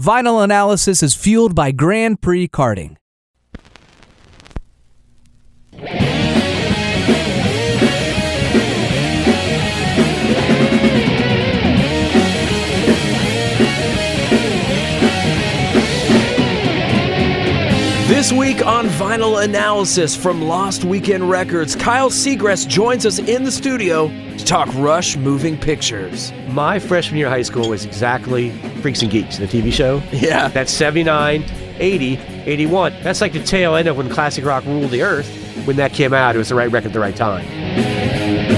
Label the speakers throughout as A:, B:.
A: Vinyl analysis is fueled by Grand Prix karting.
B: This week on Vinyl Analysis from Lost Weekend Records, Kyle Seagrass joins us in the studio to talk Rush Moving Pictures.
C: My freshman year of high school was exactly Freaks and Geeks, the TV show.
B: Yeah.
C: That's 79, 80, 81. That's like the tail end of when classic rock ruled the earth. When that came out, it was the right record at the right time.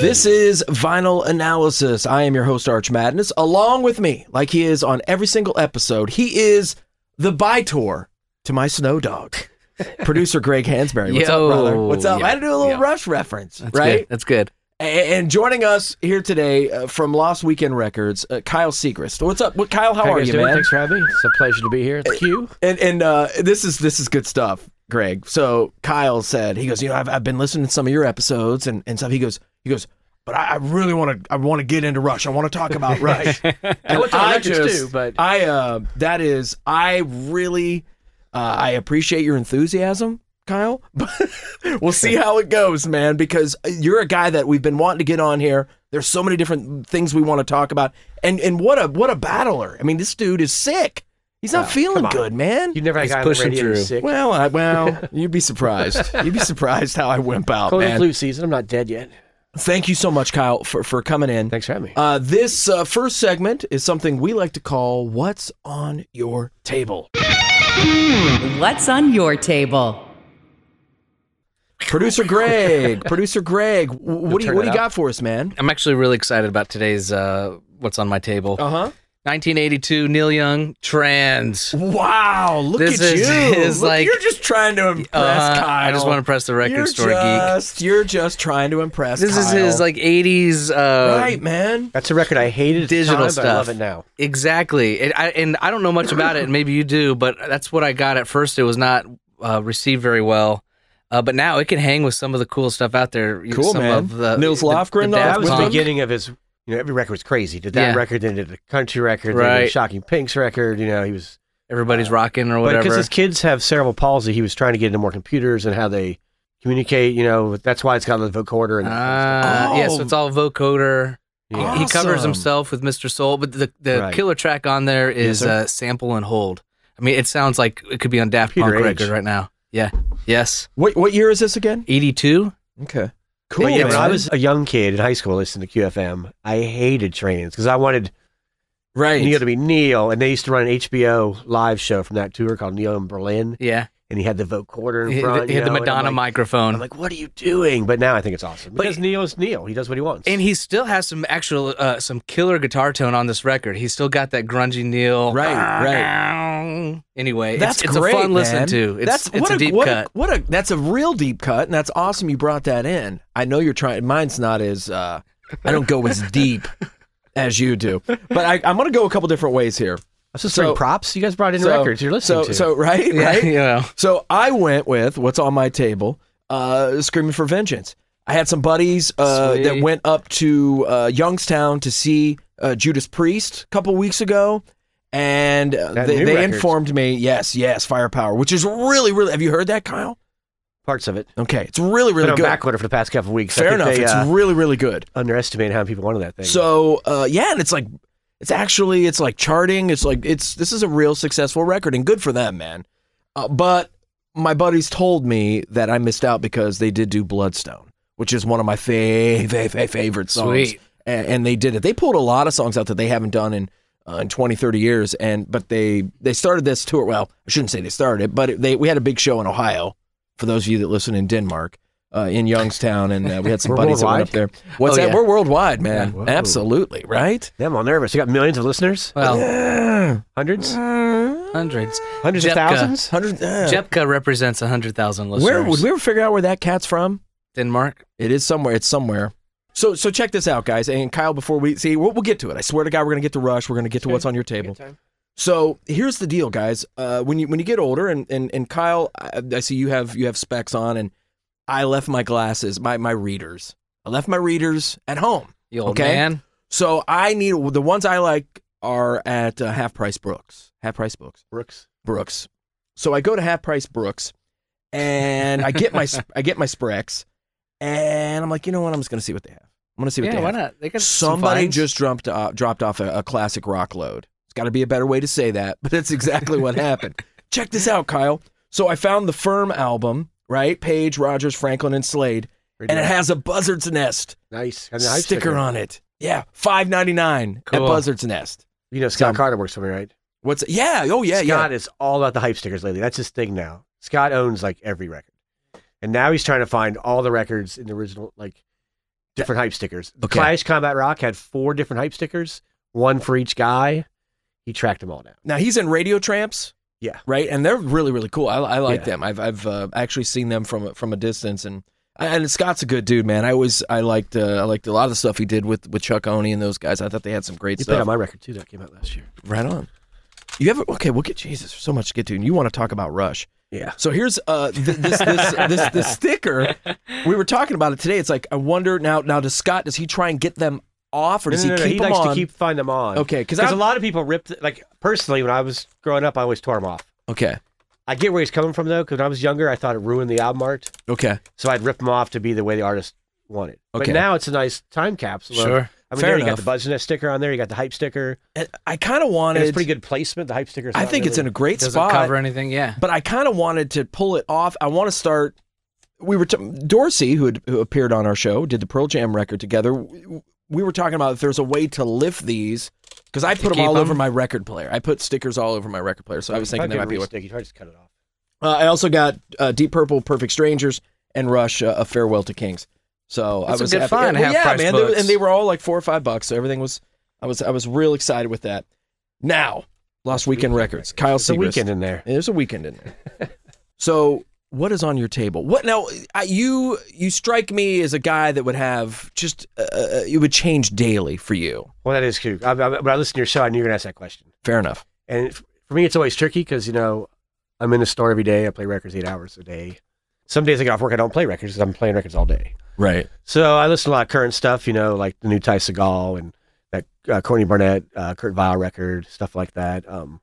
B: This is Vinyl Analysis. I am your host, Arch Madness. Along with me, like he is on every single episode, he is the Bytor to my snow dog. Producer Greg Hansberry. What's
D: Yo.
B: up, brother? What's up? I had to do a little
D: Yeah.
B: Rush reference,
D: That's
B: right?
D: Good. That's good.
B: A- And joining us here today uh, from Lost Weekend Records, uh, Kyle Segrist. What's up, What- Kyle? How
C: How
B: are
C: guys
B: you,
C: doing?
B: man?
C: Thanks for having me. It's a pleasure to be here. Thank you.
B: And and uh, this is this is good stuff, Greg. So Kyle said he goes, you know, I've, I've been listening to some of your episodes and, and stuff. He goes, he goes, but I, I really want to I want to get into Rush. I want to talk about Rush. and I,
C: looked at the records, too, but-
B: I uh, that is I really uh, I appreciate your enthusiasm. Kyle, but we'll see how it goes, man, because you're a guy that we've been wanting to get on here. There's so many different things we want to talk about. And and what a what a battler. I mean, this dude is sick. He's
C: Ah,
B: not feeling good, man.
C: You've never had a
D: He's
C: guy on the
D: pushing
C: radio who's
D: through.
C: sick.
B: Well, I, well, you'd be surprised. You'd be surprised how I wimp out,
C: Cold and
B: man.
C: flu season. I'm not dead yet.
B: Thank you so much, Kyle, for, for coming in.
C: Thanks for having me.
B: Uh, this uh, first segment is something we like to call "What's on Your Table."
E: What's on your table?
B: Producer Greg, producer Greg, wh- what do you
C: turn
B: what do you
C: it up.
B: got for us, man?
D: I'm actually really excited about today's uh, what's on my table.
B: Uh huh.
D: 1982, Neil Young, trans.
B: Wow, look
D: This
B: at
D: is-
B: you!
D: is
B: Look,
D: like-
B: you're just trying to impress
D: Uh-huh.
B: Kyle.
D: I just want to press the record
B: you're
D: store geek.
B: just, You're just trying to impress.
D: This is
B: Kyle.
D: his like 80s. Uh,
B: right, man.
C: That's a record I hated at the
D: Digital
C: time, but
D: stuff.
C: I love it now.
D: Exactly. It, I, and I don't know much about it, and maybe you do, but that's what I got at first. It was not uh, received very well. Uh, but now it can hang with some of the cool stuff out there. You-
B: Cool,
D: some
B: man.
D: Of the,
B: Nils Lofgren, though,
D: Daft
C: That was the
D: Punk.
C: beginning of his. You know, every record was crazy. Did that
D: Yeah.
C: record, then did the country record, then did the
D: Right.
C: Shocking Pinks record. You know, he was
D: Everybody's rocking or
C: But
D: whatever.
C: because his kids have cerebral palsy, he was trying to get into more computers and how they communicate. You know, that's why it's got the vocoder and
D: Uh, Yeah, so it's
C: Oh.
D: all vocoder.
C: Yeah.
D: He covers
B: Awesome.
D: himself with Mr. Soul, but the, the
C: Right.
D: killer track on there is
C: sir.
D: uh, Sample and Hold. I mean, it sounds like it could be on Daft
C: Computer
D: Punk
C: age.
D: record right now. Yeah. Yes.
B: What what year is this again?
D: 82.
B: Okay.
C: But yeah, when I
D: man.
C: was a young kid in high school, listening to QFM, I hated trains because I wanted
B: Right.
C: Neil to be Neil, and they used to run an HBO live show from that tour called Neil in Berlin,
D: Yeah.
C: and he had the vocoder in
D: He,
C: front.
D: he
C: you
D: had the
C: know, and I'm
D: Madonna
C: like-
D: microphone.
C: I'm like, what are you doing? But now I think it's awesome
D: But-
C: because Neil is Neil. He does what he wants.
D: and he still has some actual, uh, some killer guitar tone on this record. He's still got that grungy Neil.
B: Right,
D: right. Anyway, it's-
B: That's
D: it's,
B: great,
D: a fun listen
B: man.
D: to. It's,
B: that's
D: it's
B: what
D: a deep
B: what
D: cut.
B: what a that's a real deep cut, and that's awesome. You brought that in. I know you're trying. Mine's not as uh, I don't go as deep as you do, but I, I'm gonna go a couple different ways here.
C: That's just
B: so-
C: so, props. You guys brought in records you're listening
B: so,
C: to.
B: so right,
D: Yeah,
B: right.
D: you know.
B: So I went with what's on my table, uh, Screaming for Vengeance. I had some buddies uh,
D: Sweet.
B: that went up to uh, Youngstown to see uh, Judas Priest a couple weeks ago, and uh,
C: That
B: they,
C: new
B: they
C: record.
B: informed me, yes, yes, Firepower, which is really, really. Have you heard that, Kyle?
C: Parts of it.
B: Okay, it's really,
C: Been
B: really
C: on
B: good.
C: back order for the past couple of weeks. I
B: Fair
C: think
B: enough,
C: they,
B: it's
C: uh,
B: really, really good.
C: underestimate how many people wanted that thing.
B: So uh, yeah, and it's like it's actually it's like charting. It's like it's this is a real successful record and good for them, man. Uh, but my buddies told me that I missed out because they did do Bloodstone, which is one of my fa- fa- fa- favorite songs.
D: Sweet.
B: A- And, they did it. They pulled a lot of songs out that they haven't done in uh, in 20, 30 years. And but they they started this tour. Well, I shouldn't say they started it, but it, they we had a big show in Ohio. For those of you that listen in Denmark, uh, in Youngstown, and uh, we had some
C: We're
B: buddies that went up there.
C: worldwide?
B: What's
D: Oh,
B: that?
D: yeah.
B: We're worldwide, man.
C: Yeah. Whoa.
B: Absolutely, right?
C: Yeah, I'm all nervous. You got millions of listeners,
B: Uh,
D: Well,
C: hundreds,
D: hundreds.
C: hundreds of
D: Jepka.
C: thousands.
B: Hundred. uh,
D: Jepka represents 100,000 listeners.
B: where would we ever figure out where that cat's from?
D: Denmark?
B: It is somewhere. It's somewhere. So so check this out, guys. And Kyle, before we see, we'll, we'll get to it. I swear to God, we're gonna get to Rush. We're gonna get to what's on your table. So here's the deal, guys. Uh, when you when you get older, and and and Kyle, I, I see you have you have specs on, and I left my glasses, my my readers. I left my readers at home,
D: You old
B: Okay.
D: man.
B: so I need the ones I like are at uh, Half Price Brooks. Half Price Brooks.
C: Brooks.
B: Brooks. So I go to Half Price Brooks, and I get my sp- I get my Sprex, and I'm like, you know what? I'm just gonna see what they have. I'm gonna see what
D: Yeah,
B: they
D: why
B: have.
D: not? They got some
B: Somebody
D: finds.
B: just dropped uh, dropped off a, a classic rock load. It's got to be a better way to say that, but that's exactly what happened. Check this out, Kyle. So I found the Firm album, right? Page, Rogers, Franklin, and Slade, and it has a buzzard's nest
C: nice and the hype
B: sticker, on it. Yeah, five ninety nine at
D: Cool.
B: Buzzard's Nest.
C: You know, Scott
B: So-
C: Carter works for me, right?
B: What's yeah? Oh yeah,
C: Scott
B: yeah.
C: is all about the hype stickers lately. That's his thing now. Scott owns like every record, and now he's trying to find all the records in the original, like different hype stickers. The
B: Okay.
C: Clash Combat Rock had four different hype stickers, one for each guy. He tracked them all down.
B: Now he's in Radio Tramps.
C: Yeah.
B: right? And they're really, really cool. I, I like
C: Yeah.
B: them. I've I've uh, actually seen them from from a distance, and and Scott's a good dude, man. I always I liked uh, I liked a lot of the stuff he did with with Chuck Oney and those guys. I thought they had some great
C: He played
B: stuff.
C: on my record too. That came out last year.
B: right on. You ever okay? We'll get Jesus. So much to get to, and you want to talk about Rush.
C: Yeah.
B: So here's uh th- this this this this sticker. We were talking about it today. It's like I wonder now. Now does Scott does he try and get them off or does he keep
C: he
B: them
C: likes
B: on?
C: to keep find them on.
B: Okay, 'cause
C: because a
B: I'm-
C: lot of people ripped. Like personally, when I was growing up, I always tore them off.
B: okay.
C: I get where he's coming from though, because when I was younger, I thought it ruined the album art,
B: Okay.
C: so I'd rip them off to be the way the artist wanted.
B: Okay.
C: But now it's a nice time capsule. of-
D: Sure.
C: I mean,
B: Fair
C: there you got
B: enough.
C: the Buzz Net sticker on there. You got the hype sticker.
B: And I kind of
C: And
B: wanted.
C: it's pretty good placement. The hype sticker.
B: I think it's in a great
D: doesn't
B: spot.
D: cover anything. Yeah.
B: but I kind of wanted to pull it off. I want to start. We were t- Dorsey, who, had, who appeared on our show, did the Pearl Jam record together. We, we were talking about if there's a way to lift these because I put them
D: keep
B: all over
D: them?
B: my record player. I put stickers all over my record player, so I was thinking that might be what.
C: stick. You try to just cut it off.
B: Uh, I also got uh, Deep Purple, Perfect Strangers, and Rush, uh, A Farewell to Kings. So
D: That's
B: I
D: a
B: was
D: good
B: happy-
D: find,
B: Well, yeah,
D: half-price
B: man, they-
D: books.
B: and they were all like four or five bucks. So everything was, I was, I was real excited with that. Now, Lost Weekend Records, Kyle
C: It's a
B: Segrist.
C: weekend in there.
B: Yeah, There's a weekend in there. so, what is on your table? What now? I, you you strike me as a guy that would have just uh, uh, it would change daily for you.
C: Well, that is true. I, I, when I listened to your show, I knew you were gonna ask that question.
B: Fair enough.
C: And f- for me, it's always tricky because you know I'm in the store every day. I play records eight hours a day. Some days I get off work. I don't play records. 'cause I'm playing records all day.
B: Right.
C: So I listen to a lot of current stuff. You know, like the new Ty Segall and that uh, Corny Barnett, uh, Kurt Vile record, stuff like that. Um,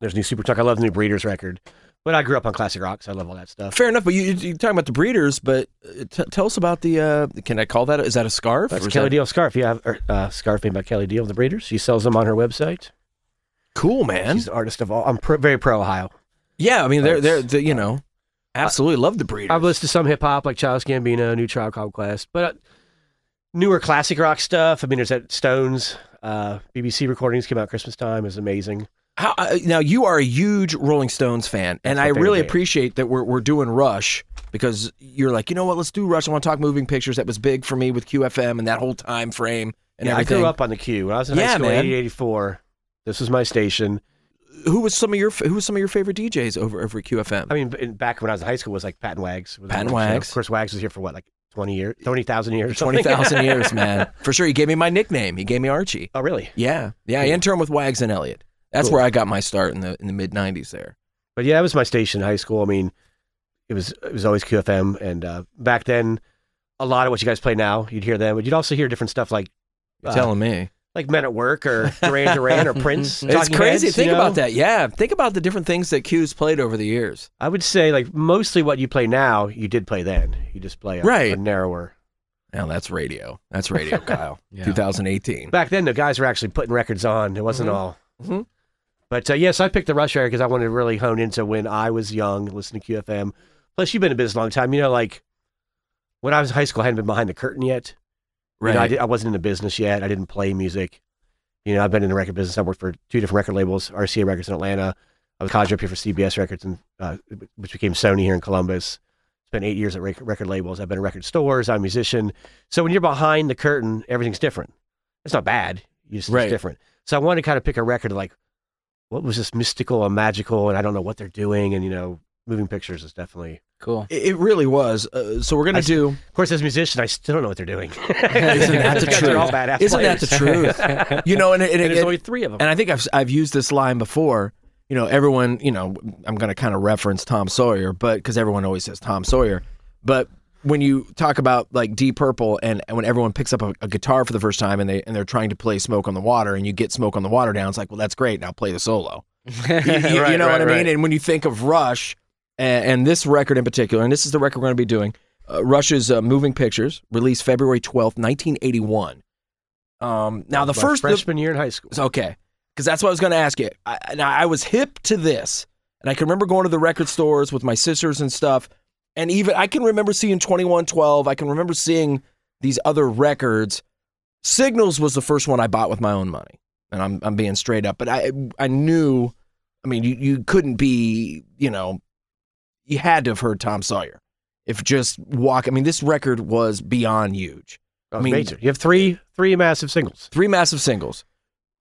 C: there's new Super Truck. I love the new Breeders record. But I grew up on classic rock, so I love all that stuff.
B: Fair enough. But you, you're talking about the breeders, but uh, t- tell us about the. Uh, can I call that? Is that a scarf? Or
C: That's
B: is
C: Kelly
B: that-
C: Deal scarf. You have or, uh, scarf made by Kelly Deal of the Breeders. She sells them on her website.
B: Cool, man.
C: She's the artist of all. I'm pro, very pro Ohio.
B: yeah, I mean they're they're,
C: That's-
B: they- you know absolutely love the breeders.
C: I've listened to some hip hop like Childish Gambino, New Trial Called Quest, but uh, newer classic rock stuff. I mean, there's that Stones uh, BBC recordings came out Christmas time. is amazing.
B: How, uh, now you are a huge Rolling Stones fan, and I
C: That's what they
B: really
C: were.
B: appreciate that we're we're doing Rush because you're like, you know what? Let's do Rush. I want to talk moving pictures. That was big for me with QFM and that whole time frame and
C: yeah,
B: everything.
C: I grew up on the Q. When I was in
B: Yeah,
C: high school, in
B: man.
C: 80, 84, this was my station.
B: Who was some of your who was some of your favorite DJs over over at QFM?
C: I mean, in, back when I was in high school, it was like Pat and Wags. was the
B: Pat and
C: big show.
B: Wags.
C: Of course, Wags was here for what, like 20 years, 20,000 years? or
B: Twenty
C: something?
B: thousand years, man, for sure. He gave me my nickname. He gave me Archie.
C: oh, really?
B: Yeah, yeah. I interned with Wags and Elliott. That's
C: Cool.
B: where I got my start in the in the mid '90s. There.
C: But yeah, that was my station in high school. I mean, it was it was always QFM. And uh, back then, a lot of what you guys play now, you'd hear them, but you'd also hear different stuff like
B: You're
C: Uh,
B: telling me.
C: like Men at Work or Duran Duran or Prince.
B: It's
C: Talking
B: crazy.
C: Heads,
B: Think
C: you know?
B: about that. Yeah. Think about the different things that Q's played over the years.
C: I would say like mostly what you play now, you did play then. You just play a,
B: Right.
C: a narrower.
B: Now that's radio. That's radio, Kyle.
D: Yeah.
B: 2018.
C: Back then, the guys were actually putting records on. It wasn't
B: Mhm.
C: all.
B: Mhm.
C: But uh, yes, I picked the Rush era because I wanted to really hone into when I was young, listen to QFM. Plus, you've been in business a long time. You know, like when I was in high school, I hadn't been behind the curtain yet. You know, I,
B: Right.
C: did, I wasn't in the business yet. I didn't play music. You know, I've been in the record business. I worked for two different record labels, RCA Records in Atlanta. I was college up here for CBS Records, and uh, which became Sony here in Columbus. Spent eight years at rec- record labels. I've been in record stores. I'm a musician. So when you're behind the curtain, everything's different. It's not bad. You just,
B: Right.
C: It's different. So I wanted to kind of pick a record like, what was this mystical and magical, and I don't know what they're doing, and you know, moving pictures is definitely.
D: Cool.
B: It, it really was. Uh, so we're gonna
C: I s-
B: do.
C: Of course, as a musician, I still don't know what they're doing. Isn't
B: that the truth?
C: They're all badass
B: Isn't that the
C: players.
B: truth? You know, and, it- and,
C: And
B: it-
C: there's
B: it-
C: only three of them.
B: and I think I've I've used this line before. You know, everyone. You know, I'm going to kind of reference Tom Sawyer, but because everyone always says Tom Sawyer, but when you talk about like Deep Purple and, and when everyone picks up a, a guitar for the first time and they and they're trying to play Smoke on the Water and you get Smoke on the Water down, it's like, well, that's great. Now play the solo. You, you- you know what I mean? And when you think of Rush and, and this record in particular, and this is the record we're going to be doing, uh, Rush's uh, Moving Pictures, released February 12th, 1981. Um, now, the
C: My
B: first. the-
C: freshman year in high school.
B: it's okay. Because that's what I was going to ask you. I, and I I was hip to this. And I can remember going to the record stores with my sisters and stuff. And even I can remember seeing 2112. I can remember seeing these other records. Signals was the first one I bought with my own money. And I'm, I'm being straight up. But I, I knew, I mean, you, you couldn't be, you know, you had to have heard Tom Sawyer. If just walk, I mean, this record was beyond huge.
C: I
B: mean-
C: mean, major. You have three three massive singles
B: Three massive singles.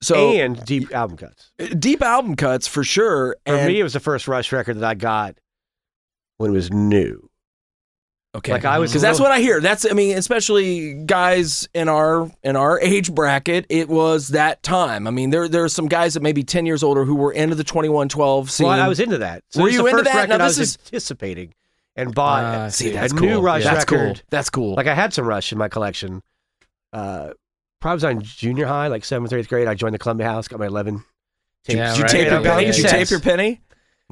B: So
C: and deep album cuts.
B: deep album cuts for sure.
C: For
B: and,
C: me, it was the first Rush record that I got when it was new.
B: okay,
C: Like I was,
B: because that's what I hear. That's I mean, especially guys in our in our age bracket, it was that time. I mean, there there are some guys that maybe ten years older who were into the twenty one twelve scene.
C: Well, I was into that. So
B: Were
C: this is
B: you
C: the
B: into
C: first
B: that?
C: record
B: Now,
C: I
B: this
C: was
B: is- Uh,
C: anticipating and bought.
D: Ah, I
B: see
D: see.
B: that's
C: a
B: cool.
C: new Rush
B: that's cool.
C: record.
B: That's cool.
C: Like I had some Rush in my collection. Uh, probably was on junior high, like seventh, eighth grade. I joined the Columbia House, got my eleven.
D: Yeah,
B: did you
D: right.
B: tape
D: Yeah,
B: your penny?
D: yeah,
B: Did you
D: yeah.
B: tape your penny?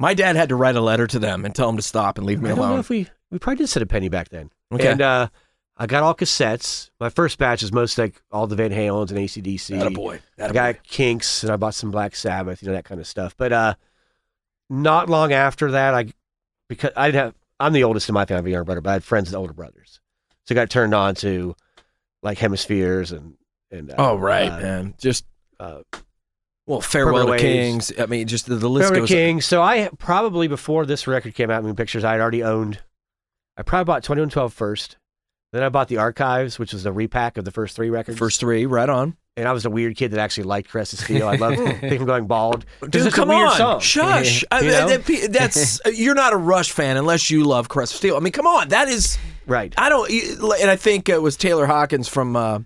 B: My dad had to write a letter to them and tell them to stop and leave me
C: I don't know
B: alone.
C: if we we probably did set a penny back then.
B: Okay.
C: And uh, I got all cassettes. My first batch is most like all the Van Halens and ACDC.
B: boy.
C: I got Kinks and I bought some Black Sabbath, you know that kind of stuff. But uh, not long after that, I because I didn't have I'm the oldest in my family, younger brother, but I had friends with older brothers, so I got turned on to like Hemispheres and and uh,
B: Oh right,
C: uh,
B: man. Just
C: uh,
B: well, farewell to
C: Waves.
B: kings. I mean, just the, the list
C: Forever
B: goes.
C: King. So I probably before this record came out, Moon Pictures, I had already owned. I probably bought 2112 first. Then I bought the Archives, which was the repack of the first three records.
B: First three, right on.
C: and I was a weird kid that actually liked Crest of Steel. I love him going bald. 'Cause
B: Dude,
C: it's
B: come
C: a weird
B: on,
C: song.
B: shush. I,
C: You
B: I-
C: know?
B: that pe- that's uh, you're not a Rush fan unless you love Crest of Steel. I mean, come on, that is
C: Right.
B: I don't. And I think it was Taylor Hawkins from uh,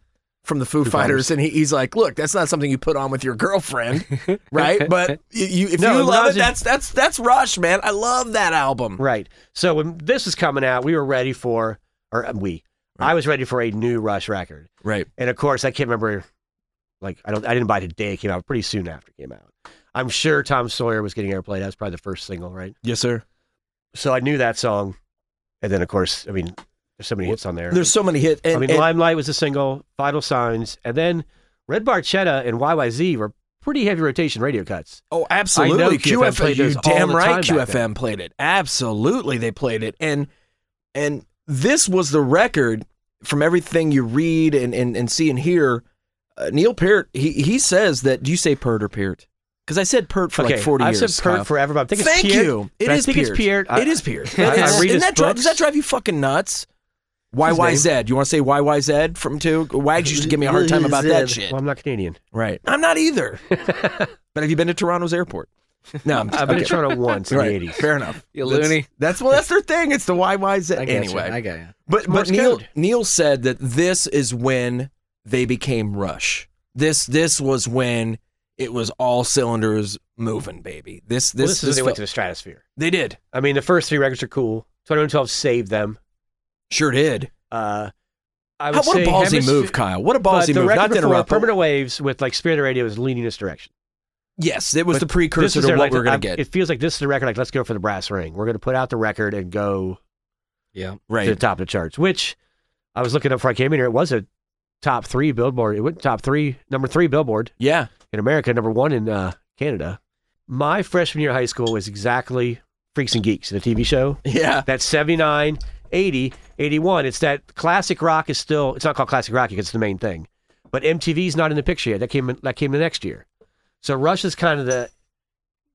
B: from the Foo, Fighters,
C: Fighters.
B: and he, he's like, "Look, that's not something you put on with your girlfriend, right? But you, you if
C: No,
B: you
C: when I
B: love
C: was
B: it,
C: in-
B: that's that's that's Rush, man. I love that album.
C: Right. So when this was coming out, we were ready for, or um, we, I was ready for a new Rush record.
B: Right.
C: And of course, I can't remember, like, I don't, I didn't buy it the day it came out, pretty soon after it came out. I'm sure Tom Sawyer was getting airplay. That was probably the first single, right?
B: Yes, sir.
C: So I knew that song. And then, of course, I mean, there's so many hits on there.
B: There's so many hits. And,
C: I mean,
B: and-
C: Limelight was a single, Vital Signs, and then Red Barchetta and YYZ were pretty heavy rotation radio cuts.
B: Oh, absolutely.
C: QFM played
B: you
C: those all
B: damn
C: the
B: right
C: time back
B: QFM played it. Absolutely they played it. And and this was the record from everything you read and and, and see and hear. Uh, Neil Peart, he he says that do you say Peart or Peart? Because I said Peart for
C: okay,
B: like 40
C: I've
B: years.
C: said Pert
B: Kyle.
C: forever, but I think it's
B: Thank
C: Peart,
B: you.
C: but
B: It
C: I
B: is
C: think it's
B: Peart.
C: Peart. I-
B: It is Peart.
C: I- I
B: It is.
C: read
B: Isn't
C: his
B: that dri- does that
C: books.
B: drive you fucking nuts? YYZ. You want to say YYZ from two? Wags used to give me a hard time about that shit.
C: Well, I'm not Canadian.
B: Right. I'm not either. but have you been to Toronto's airport? No, I'm
C: I've been to Toronto once in
B: Uh, Right.
C: the 80s.
B: Fair enough.
D: You
B: that's,
D: loony.
B: That's well, that's their thing. It's the YYZ.
D: I got
B: anyway,
D: you. I got you.
B: but but
C: Morse
B: Neil
C: code.
B: Neil said that this is when they became Rush. This this was when it was all cylinders moving, baby. This
C: Well,
B: this,
C: this, is when they
B: this
C: went
B: fe-
C: to the stratosphere.
B: they did
C: I mean, the first three records are cool. 2112 saved them.
B: sure did.
C: Uh, I
B: How,
C: would
B: what a
C: say
B: ballsy
C: Hemisphere-
B: move, Kyle. What a
C: but
B: ballsy
C: the
B: move.
C: record
B: Not to
C: before,
B: interrupt. but-
C: Permanent Waves with like Spirit of Radio is leaning this direction.
B: yes, it was
C: But
B: the
C: This
B: precursor
C: is
B: to
C: their,
B: what
C: like,
B: we are gonna
C: I'm-
B: get.
C: It feels like this is the record. Like, let's go for the brass ring. We're gonna put out the record and go
D: Yeah.
B: right.
C: to the top of the charts. Which I was looking up before I came in here. It was a top three Billboard. It went top three, number three Billboard
B: yeah.
C: in America, number one in uh, Canada. My freshman year of high school was exactly Freaks and Geeks, the TV show.
B: Yeah.
C: That's 79, 80, 81. It's that classic rock is still, it's not called classic rock, it's the main thing. But MTV's not in the picture yet. That came in, that came the next year. So Rush is kind of the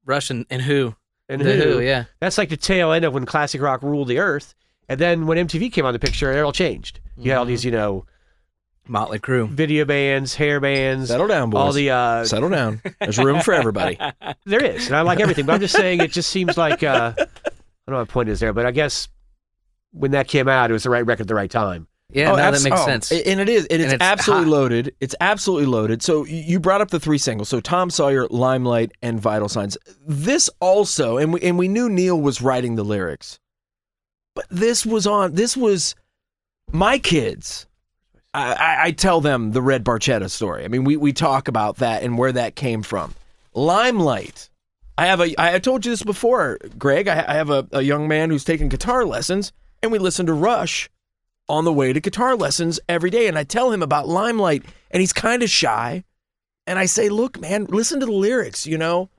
D: Russian and who?
C: and
D: the
C: who,
D: who? Yeah.
C: That's like the tail end of when classic rock ruled the earth. And then when MTV came on the picture, it all changed. You had all these, you know,
D: Motley Crue.
C: video bands, hair bands,
B: Settle down, boys.
C: all the uh,
B: Settle down. There's room for everybody.
C: There is, and I like everything. But I'm just saying, it just seems like uh, I don't know what my point is there, but I guess when that came out, it was the right record at the right time.
D: Yeah, now that
B: abs-
D: makes
B: oh,
D: sense.
B: a- And it is. And it's,
D: it's
B: absolutely
D: hot.
B: loaded. It's absolutely loaded. So y- you brought up the three singles. So Tom Sawyer, Limelight, and Vital Signs. This also, and we, and we knew Neil was writing the lyrics, but this was on, this was my kids. I, I, I tell them the Red Barchetta story. I mean, we, we talk about that and where that came from. Limelight. I have a. I I told you this before, Greg. I, I have a, a young man who's taking guitar lessons, and we listen to Rush on the way to guitar lessons every day. And I tell him about Limelight, and he's kind of shy. And I say, "Look, man, listen to the lyrics. You know,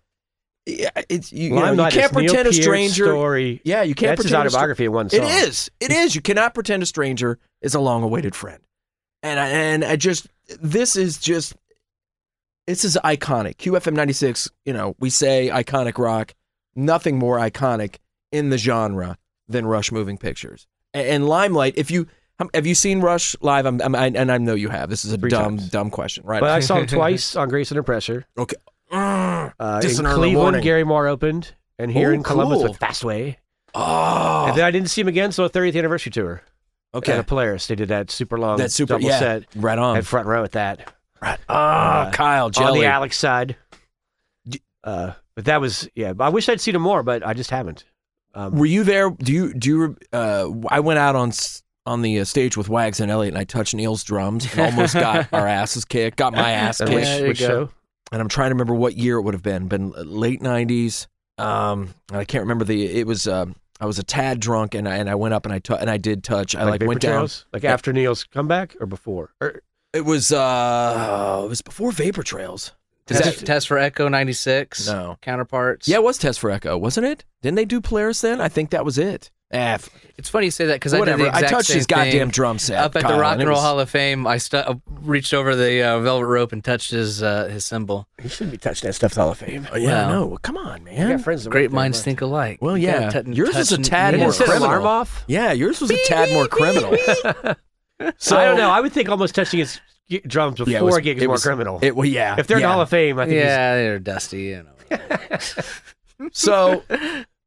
B: Yeah, it's you, you know, you
C: Limelight is
B: can't
C: Neil
B: pretend a
C: Peart's
B: stranger.
C: story.
B: Yeah, you can't
C: That's his
B: pretend a stra-
C: autobiography in one song.
B: It is. It is. You cannot pretend a stranger is a long-awaited friend. And I, and I just this is just this is iconic. QFM 96, you know, we say iconic rock, nothing more iconic in the genre than Rush Moving Pictures. A- And, Limelight, if you have you seen Rush live? I'm, I'm, I, and I know you have. This is a
C: Three
B: dumb,
C: times.
B: dumb question, right?
C: But I saw him twice on Grace Under Pressure.
B: okay. Mm.
C: Uh,
B: Just
C: in
B: an early
C: Cleveland,
B: warning.
C: Gary Moore opened, and here
B: Oh,
C: in Columbus
B: cool.
C: with Fastway.
B: Oh,
C: And then I didn't see him again, so the 30th anniversary tour.
B: okay.
C: At Polaris, they did that super long
B: That's super.
C: double
B: Yeah,
C: set.
B: right on.
C: Had front row at that.
B: Right. Ah,
C: Uh,
B: Kyle
C: On
B: Jelly.
C: the Alex side. Uh, but that was, yeah, I wish I'd seen him more, but I just haven't. Um,
B: Were you there? Do you do you? Uh, I went out on s- on the uh, stage with Wags and Elliot, and I touched Neil's drums. And almost got our asses kicked. Got my ass
C: And
B: kicked.
C: which,
D: Yeah, there you
C: which
D: go.
C: show?
B: And I'm trying to remember what year it would have been. Been late '90s. Um, and I can't remember the. It was. Um, I was a tad drunk, and I and I went up and I tou- and I did touch. I like,
C: Vapor
B: went down.
C: Trails? Like after Neil's comeback or before? Or,
B: It was. Uh, it was before Vapor Trails. Is
D: Test,
B: that-
D: test for Echo 96.
B: No.
D: Counterparts.
B: yeah, it was Test for Echo, wasn't it? Didn't they do Polaris then? I think that was it. Eh, f-
D: It's funny you say that because I did
B: whatever.
D: the
B: I
D: exact
B: touched
D: same
B: his goddamn
D: thing.
B: drum set
D: Up at
B: Kyle,
D: the Rock
B: it
D: and Roll
B: was-
D: Hall of Fame, I stu- uh, reached over the uh, velvet rope and touched his uh, his symbol.
C: he shouldn't be touching that stuff to Hall of Fame.
B: Oh, yeah,
D: Wow.
B: no. Well, Come on,
C: I
B: man.
C: got friends that
D: Great
C: work there,
D: minds
C: but-
D: think alike.
B: Well,
D: You gotta
B: yeah.
D: tou-
B: Yours is a
D: touch
B: tad
C: They
D: Neil.
B: more
C: didn't set
B: criminal.
C: alarm off.
B: Yeah, yours was a tad more criminal.
C: So I don't know. I would think almost touching his gi- drums before
B: Yeah, it was-
C: a gig is
B: it
C: more
B: was-
C: criminal.
B: It, well, yeah.
C: if they're in
B: yeah.
C: the Hall of Fame, I think. Yeah.
D: Yeah, they're dusty. You know.
B: so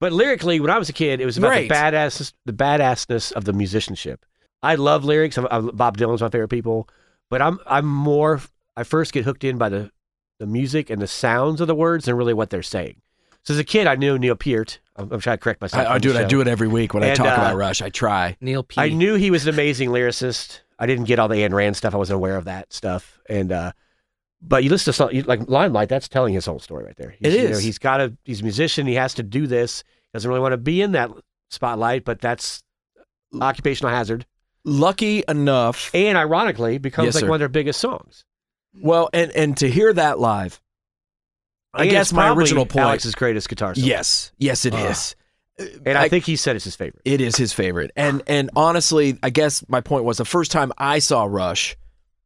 C: But lyrically, when I was a kid, it was about
B: Right.
C: the badass, the badassness of the musicianship. I love lyrics. I, I, Bob Dylan's my favorite people, but I'm I'm more. I first get hooked in by the the music and the sounds of the words than really what they're saying. So as a kid, I knew Neil Peart. I'm, I'm trying to correct myself.
B: I, I do it. I do it every week when I
C: And,
B: talk
C: uh,
B: about Rush. I try.
D: Neil P.
C: I knew he was an amazing lyricist. I didn't get all the Ayn Rand stuff. I wasn't aware of that stuff. And uh, but you listen to something like Limelight. That's telling his whole story right there. He's,
B: It
C: you know,
B: is.
C: he's got a. He's a musician. He has to do this. He doesn't really want to be in that spotlight, but that's occupational hazard.
B: Lucky enough.
C: And ironically, becomes
B: Yes,
C: like
B: sir.
C: one of their biggest songs.
B: Well, and and to hear that live, I
C: And
B: guess
C: it's
B: my
C: probably
B: original point-
C: Alex's greatest guitar. Song.
B: yes, yes, it
C: Ah.
B: is.
C: and I,
B: I-
C: think he said it's his favorite.
B: It is his favorite. And and honestly, I guess my point was the first time I saw Rush,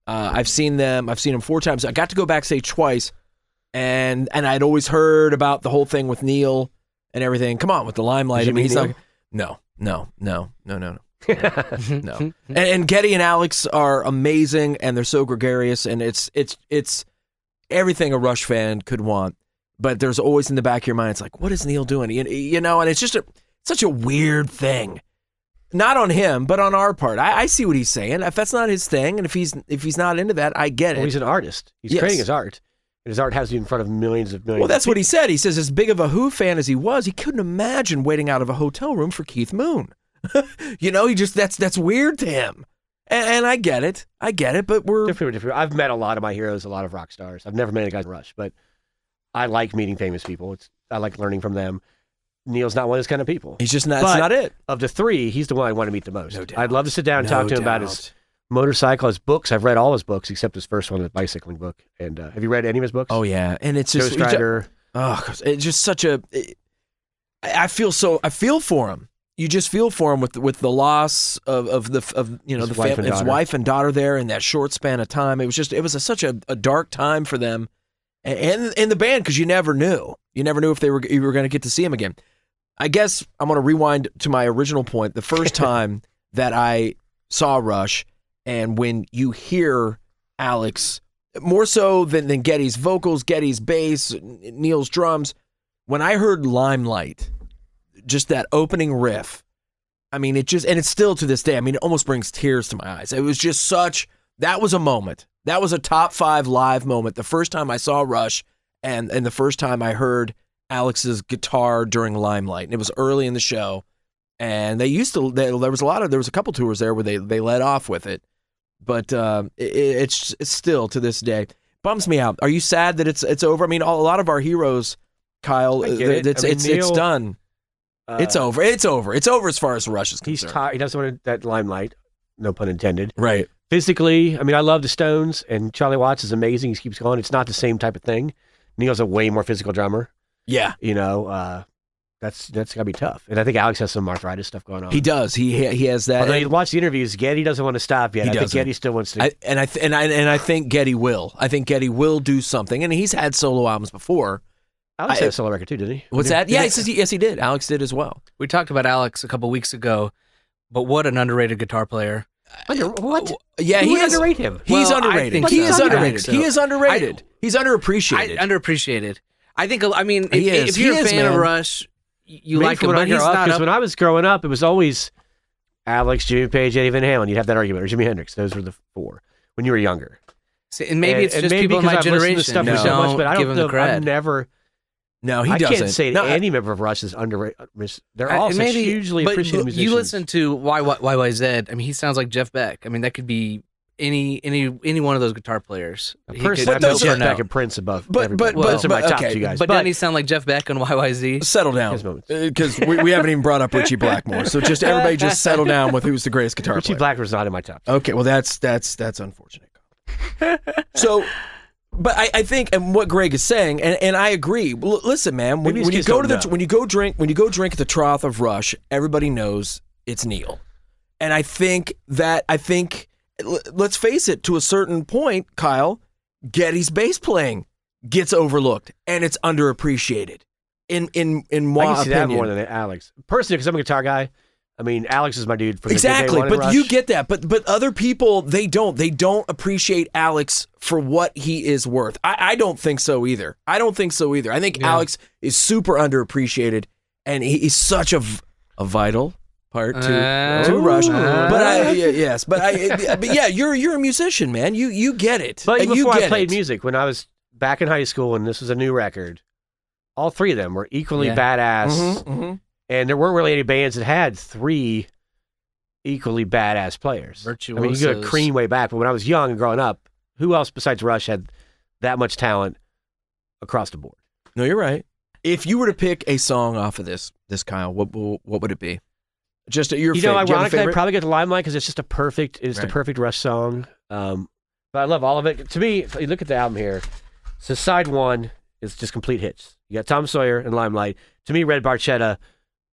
B: uh, I've seen them. I've seen them four times. I got to go backstage twice, and and I'd always heard about the whole thing with Neil and everything. Come on with the limelight.
C: Did you
B: I mean,
C: meet
B: he's
C: Neil?
B: not. No, no, no, no, no, no. No. And, and Getty and Alex are amazing, and they're so gregarious, and it's it's it's everything a Rush fan could want. But there's always in the back of your mind, it's like, what is Neil doing? You, you know, and it's just a such a weird thing. Not on him, but on our part. I, I see what he's saying. If that's not his thing, and if he's if he's not into that, I get
C: Well,
B: it.
C: he's an artist. He's
B: Yes.
C: creating his art, and his art has to be in front of millions of millions.
B: Well, that's
C: of
B: what he said. He says, as big of a Who fan as he was, he couldn't imagine waiting out of a hotel room for Keith Moon. you know, he just that's that's weird to him. And, and I get it, I get it. But we're
C: different, different. I've met a lot of my heroes, a lot of rock stars. I've never met a guy in Rush, but I like meeting famous people. It's I like learning from them. Neil's not one of those kind of people.
B: he's just not.
C: But-
B: that's not it.
C: Of the three, he's the one I want to meet the most.
B: No doubt.
C: I'd love to sit down and talk to him about his motorcycle, his books. I've read all his books except his first one, the bicycling book. And uh, have you read any of his books?
B: Oh yeah, and it's just
C: Ghost Rider.
B: Oh, it's just such a. it- I I feel so. I feel for him. you just feel for him with with the loss of, of the of you know
C: His
B: the
C: wife
B: fam-
C: and
B: his
C: daughter.
B: wife and daughter there in that short span of time. It was just it was a, such a, a dark time for them, A- and and the band because you never knew you never knew if they were you were going to get to see him again. I guess I'm going to rewind to my original point. The first time that I saw Rush, and when you hear Alex more so than than Getty's vocals, Getty's bass, N- Neil's drums, when I heard Limelight just that opening riff. I mean, it just, and it's still to this day, I mean, it almost brings tears to my eyes. It was just such, that was a moment. That was a top five live moment. The first time I saw Rush and, and the first time I heard Alex's guitar during Limelight. And it was early in the show. And they used to, they, there was a lot of, there was a couple tours there where they, they let off with it. But uh, it, it's, it's still to this day. Bums me out. Are you sad that it's it's over? I mean, a lot of our heroes, Kyle,
C: I get
B: they're-
C: it.
B: it's
C: I mean,
B: it's it's
C: Neil-
B: done
C: Uh,
B: it's over. It's over. It's over as far as Rush is
C: He's
B: concerned.
C: tired. He doesn't want that limelight. No pun intended.
B: Right.
C: Physically, I mean, I love the Stones, and Charlie Watts is amazing. He keeps going. It's not the same type of thing. Neil's a way more physical drummer.
B: Yeah.
C: You know, uh, that's that's gotta be tough. And I think Alex has some arthritis stuff going on.
B: He does. He he has that.
C: Although you watch the interviews, Getty doesn't want to stop yet.
B: He
C: I think
B: doesn't.
C: Getty still wants to.
B: I, and I th- and I and I think Getty will. I think Getty will do something. And he's had solo albums before.
C: Alex
B: I-
C: had a solo record too, didn't he?
B: What's
C: Did-
B: that?
C: did
B: Yeah.
C: he-
B: He says, yes, he did. Alex did as well.
D: We talked about Alex a couple weeks ago, but what an underrated guitar player.
C: Under, what?
B: Yeah.
C: Who
B: He
C: would
B: is.
C: underrate him?
B: He's
D: Well, I
B: underrated.
D: think
B: He
D: so.
B: is
D: I think
B: underrated.
D: so.
B: He is underrated. he's
D: I,
B: underappreciated.
D: underappreciated. I think. a- I mean,
B: He
D: if,
B: is.
D: if you're
B: He
D: a
B: is,
D: fan of
B: man.
D: Rush, you
C: Maybe
D: like
C: from
D: him,
C: when I
D: but he's
C: grow up,
D: not
C: 'cause
D: up.
C: when I was growing up, it was always Alex, Jimmy Page, Eddie Van Halen. You'd have that argument, or Jimi Hendrix. Those were the four when you were younger.
D: See, and maybe
C: And-
D: it's
C: and
D: just
C: maybe
D: people in my
C: because I've listened
D: generation
C: to stuff
D: who
C: for so much, but I
D: don't
C: don't
D: give him the
C: know. I've
D: credit.
C: never.
B: no, he
C: I
B: doesn't.
C: can't say
B: No, I-
C: any member of Rush is underrated. They're
D: I-
C: all
D: and
C: such
D: maybe-
C: hugely
D: but
C: appreciated
D: l-
C: musicians.
D: You listen to Y Y Y Y Z. I mean, he sounds like Jeff Beck. I mean, that could be any any any one of those guitar players.
C: A
D: He
C: person,
D: could
C: I
B: But
C: put
B: those
C: Jeff
B: are-
C: Beck and Prince above.
B: But-
C: everybody.
B: but-
C: those are my
B: but-
C: top
B: okay,
C: two guys.
D: But doesn't he sound like Jeff Beck on YYZ?
B: uh, Settle down,
C: His moments.
B: because we, we haven't even brought up Richie Blackmore. So just everybody just settle down with who's the greatest guitar
C: Richie
B: player.
C: Black was not in my top. two.
B: Okay, well that's that's that's unfortunate. so, but I, I think and what Greg is saying, and, and I agree. L- listen, man, when,
C: Maybe these
B: when you
C: kids
B: go
C: don't
B: to the
C: know.
B: when you go drink when you go drink at the trough of Rush, everybody knows it's Neil, and I think that I think l- let's face it, to a certain point, Kyle, Getty's bass playing gets overlooked and it's underappreciated. In in in my
C: I can see
B: opinion,
C: that more than Alex. Personally, because I'm a guitar guy. I mean, Alex is my dude. From
B: exactly
C: the day one in
B: but you
C: Rush.
B: get that but but other people they don't they don't appreciate alex for what he is worth i, I don't think so either i don't think so either i think
D: Yeah.
B: alex is super underappreciated and he, he's such a, v- a vital part to,
D: Uh,
C: Oh.
B: to rush
D: Ooh.
B: but
C: Uh.
B: i yeah, yes but i but yeah you're you're a musician man you you get it
C: But
B: And
C: even
B: you
C: before
B: get
C: I played
B: it.
C: music, when I was back in high school and this was a new record, all three of them were equally
D: Yeah.
C: badass.
B: Mhm, mhm.
C: And there weren't really any bands that had three equally badass players. I mean, you go to
D: Virtuosos.
C: Cream way back, but when I was young and growing up, who else besides Rush had that much talent across the board?
B: no you're right if you were to pick a song off of this this kyle what what, what would it be just your
C: you
B: favorite-
C: know,
B: do you have a
C: ironically, I
B: favorite?
C: probably get the limelight because it's just a perfect, it's the
B: Right.
C: perfect Rush song. Um, but I love all of it. To me, if you look at the album here, so side one is just complete hits. You got Tom Sawyer and Limelight. To me, Red Barchetta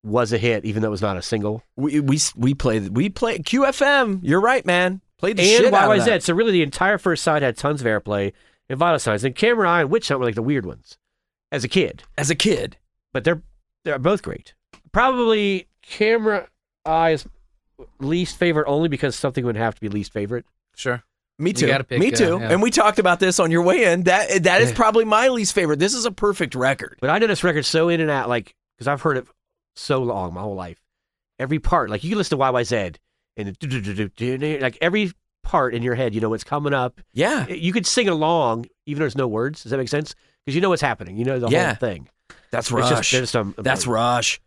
C: was a hit, even though it was not a single.
B: We we we play we play QFM. You're right, man. Played the
C: and
B: shit out of
C: YYZ.
B: that.
C: So really, the entire first side had tons of airplay and vital signs. And Camera Eye and Witch Hunt were like the weird ones as a kid,
B: as a kid.
C: but they're they're both great. Probably Camera Eye is least favorite only because something would have to be least favorite.
D: Sure.
B: Me too.
D: gotta pick,
B: Me
D: uh,
B: too.
D: yeah.
B: And we talked about this on your way in. That that is
D: Yeah.
B: probably my least favorite. This is a perfect record.
C: But I know this record so in and out, like because I've heard it so long, my whole life. Every part, like you can listen to YYZ and it do-do-do-do-do-do, like every part in your head, you know what's coming up.
B: Yeah.
C: You could sing along even though there's no words. Does that make sense? Because you know what's happening. You know the
B: Yeah.
C: whole thing.
B: That's
C: It's
B: Rush.
C: just, um, there's some.
B: That's Rush.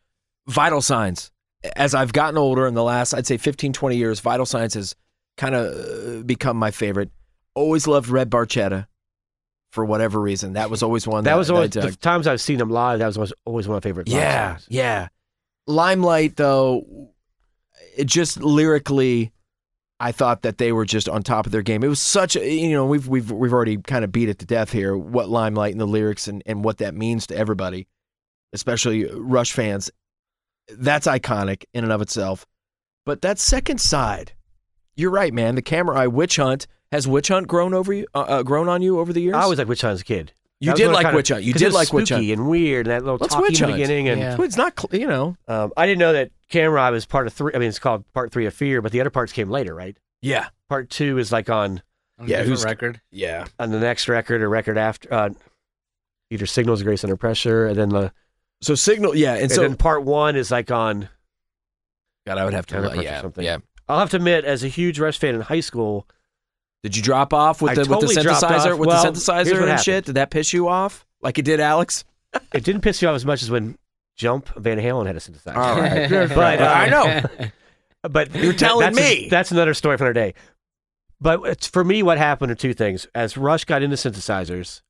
B: Vital Signs. As I've gotten older in the last, I'd say 15, 20 years, Vital Signs has kind of uh, become my favorite. Always loved Red Barchetta for whatever reason. That was always one that,
C: That was always
B: I dug.
C: the times I've seen them live. That was always, always one of my favorite. live
B: Yeah,
C: songs.
B: yeah. Limelight, though, it just lyrically, I thought that they were just on top of their game. It was such a, you know, we've we've we've already kind of beat it to death here. What Limelight and the lyrics and and what that means to everybody, especially Rush fans. that's iconic in and of itself. But that second side, you're right, man. The camera eye witch hunt has witch hunt grown over you, uh, uh, grown on you over the years.
C: I always like Witch Hunt as a kid.
B: You
C: That was
B: did
C: when I
B: like
C: kinda-
B: Witch Hunt. You
C: 'cause
B: did
C: it was
B: like Witch Hunt.
C: spooky and weird, and that little
B: Let's
C: talkie
B: Witch
C: in the
B: Hunt.
C: beginning. And
D: Yeah.
B: it's not, cl- you know.
C: um, I didn't know that Camera Eye was part of three. I mean, it's called part three of Fear, but the other parts came later, right?
B: Yeah,
C: Part two is like on
D: On a
B: Yeah,
D: different
B: who's-
D: record?
B: yeah.
C: on the next record or record after. Uh, either Signals, Grace Under Pressure, and then the
B: So signal, yeah, and
C: and
B: so
C: then part one is like on.
B: God, I would have to,
C: Counterpunch or
B: yeah,
C: something.
B: yeah.
C: I'll have to admit, as a huge Rush fan in high school,
B: Did you drop off with
C: I
B: the with the
C: totally dropped
B: synthesizer
C: off.
B: with
C: Well,
B: the
C: here's what
B: synthesizer and shit?
C: happened.
B: Did that piss you off like it did Alex?
C: it didn't piss you off as much as when Jump Van Halen had a synthesizer.
B: All right.
C: But,
B: Oh,
C: uh,
B: I know.
C: But
B: You're telling
C: that's a-
B: me.
C: that's another story for another day. But it's, for me, what happened are two things. As Rush got into synthesizers,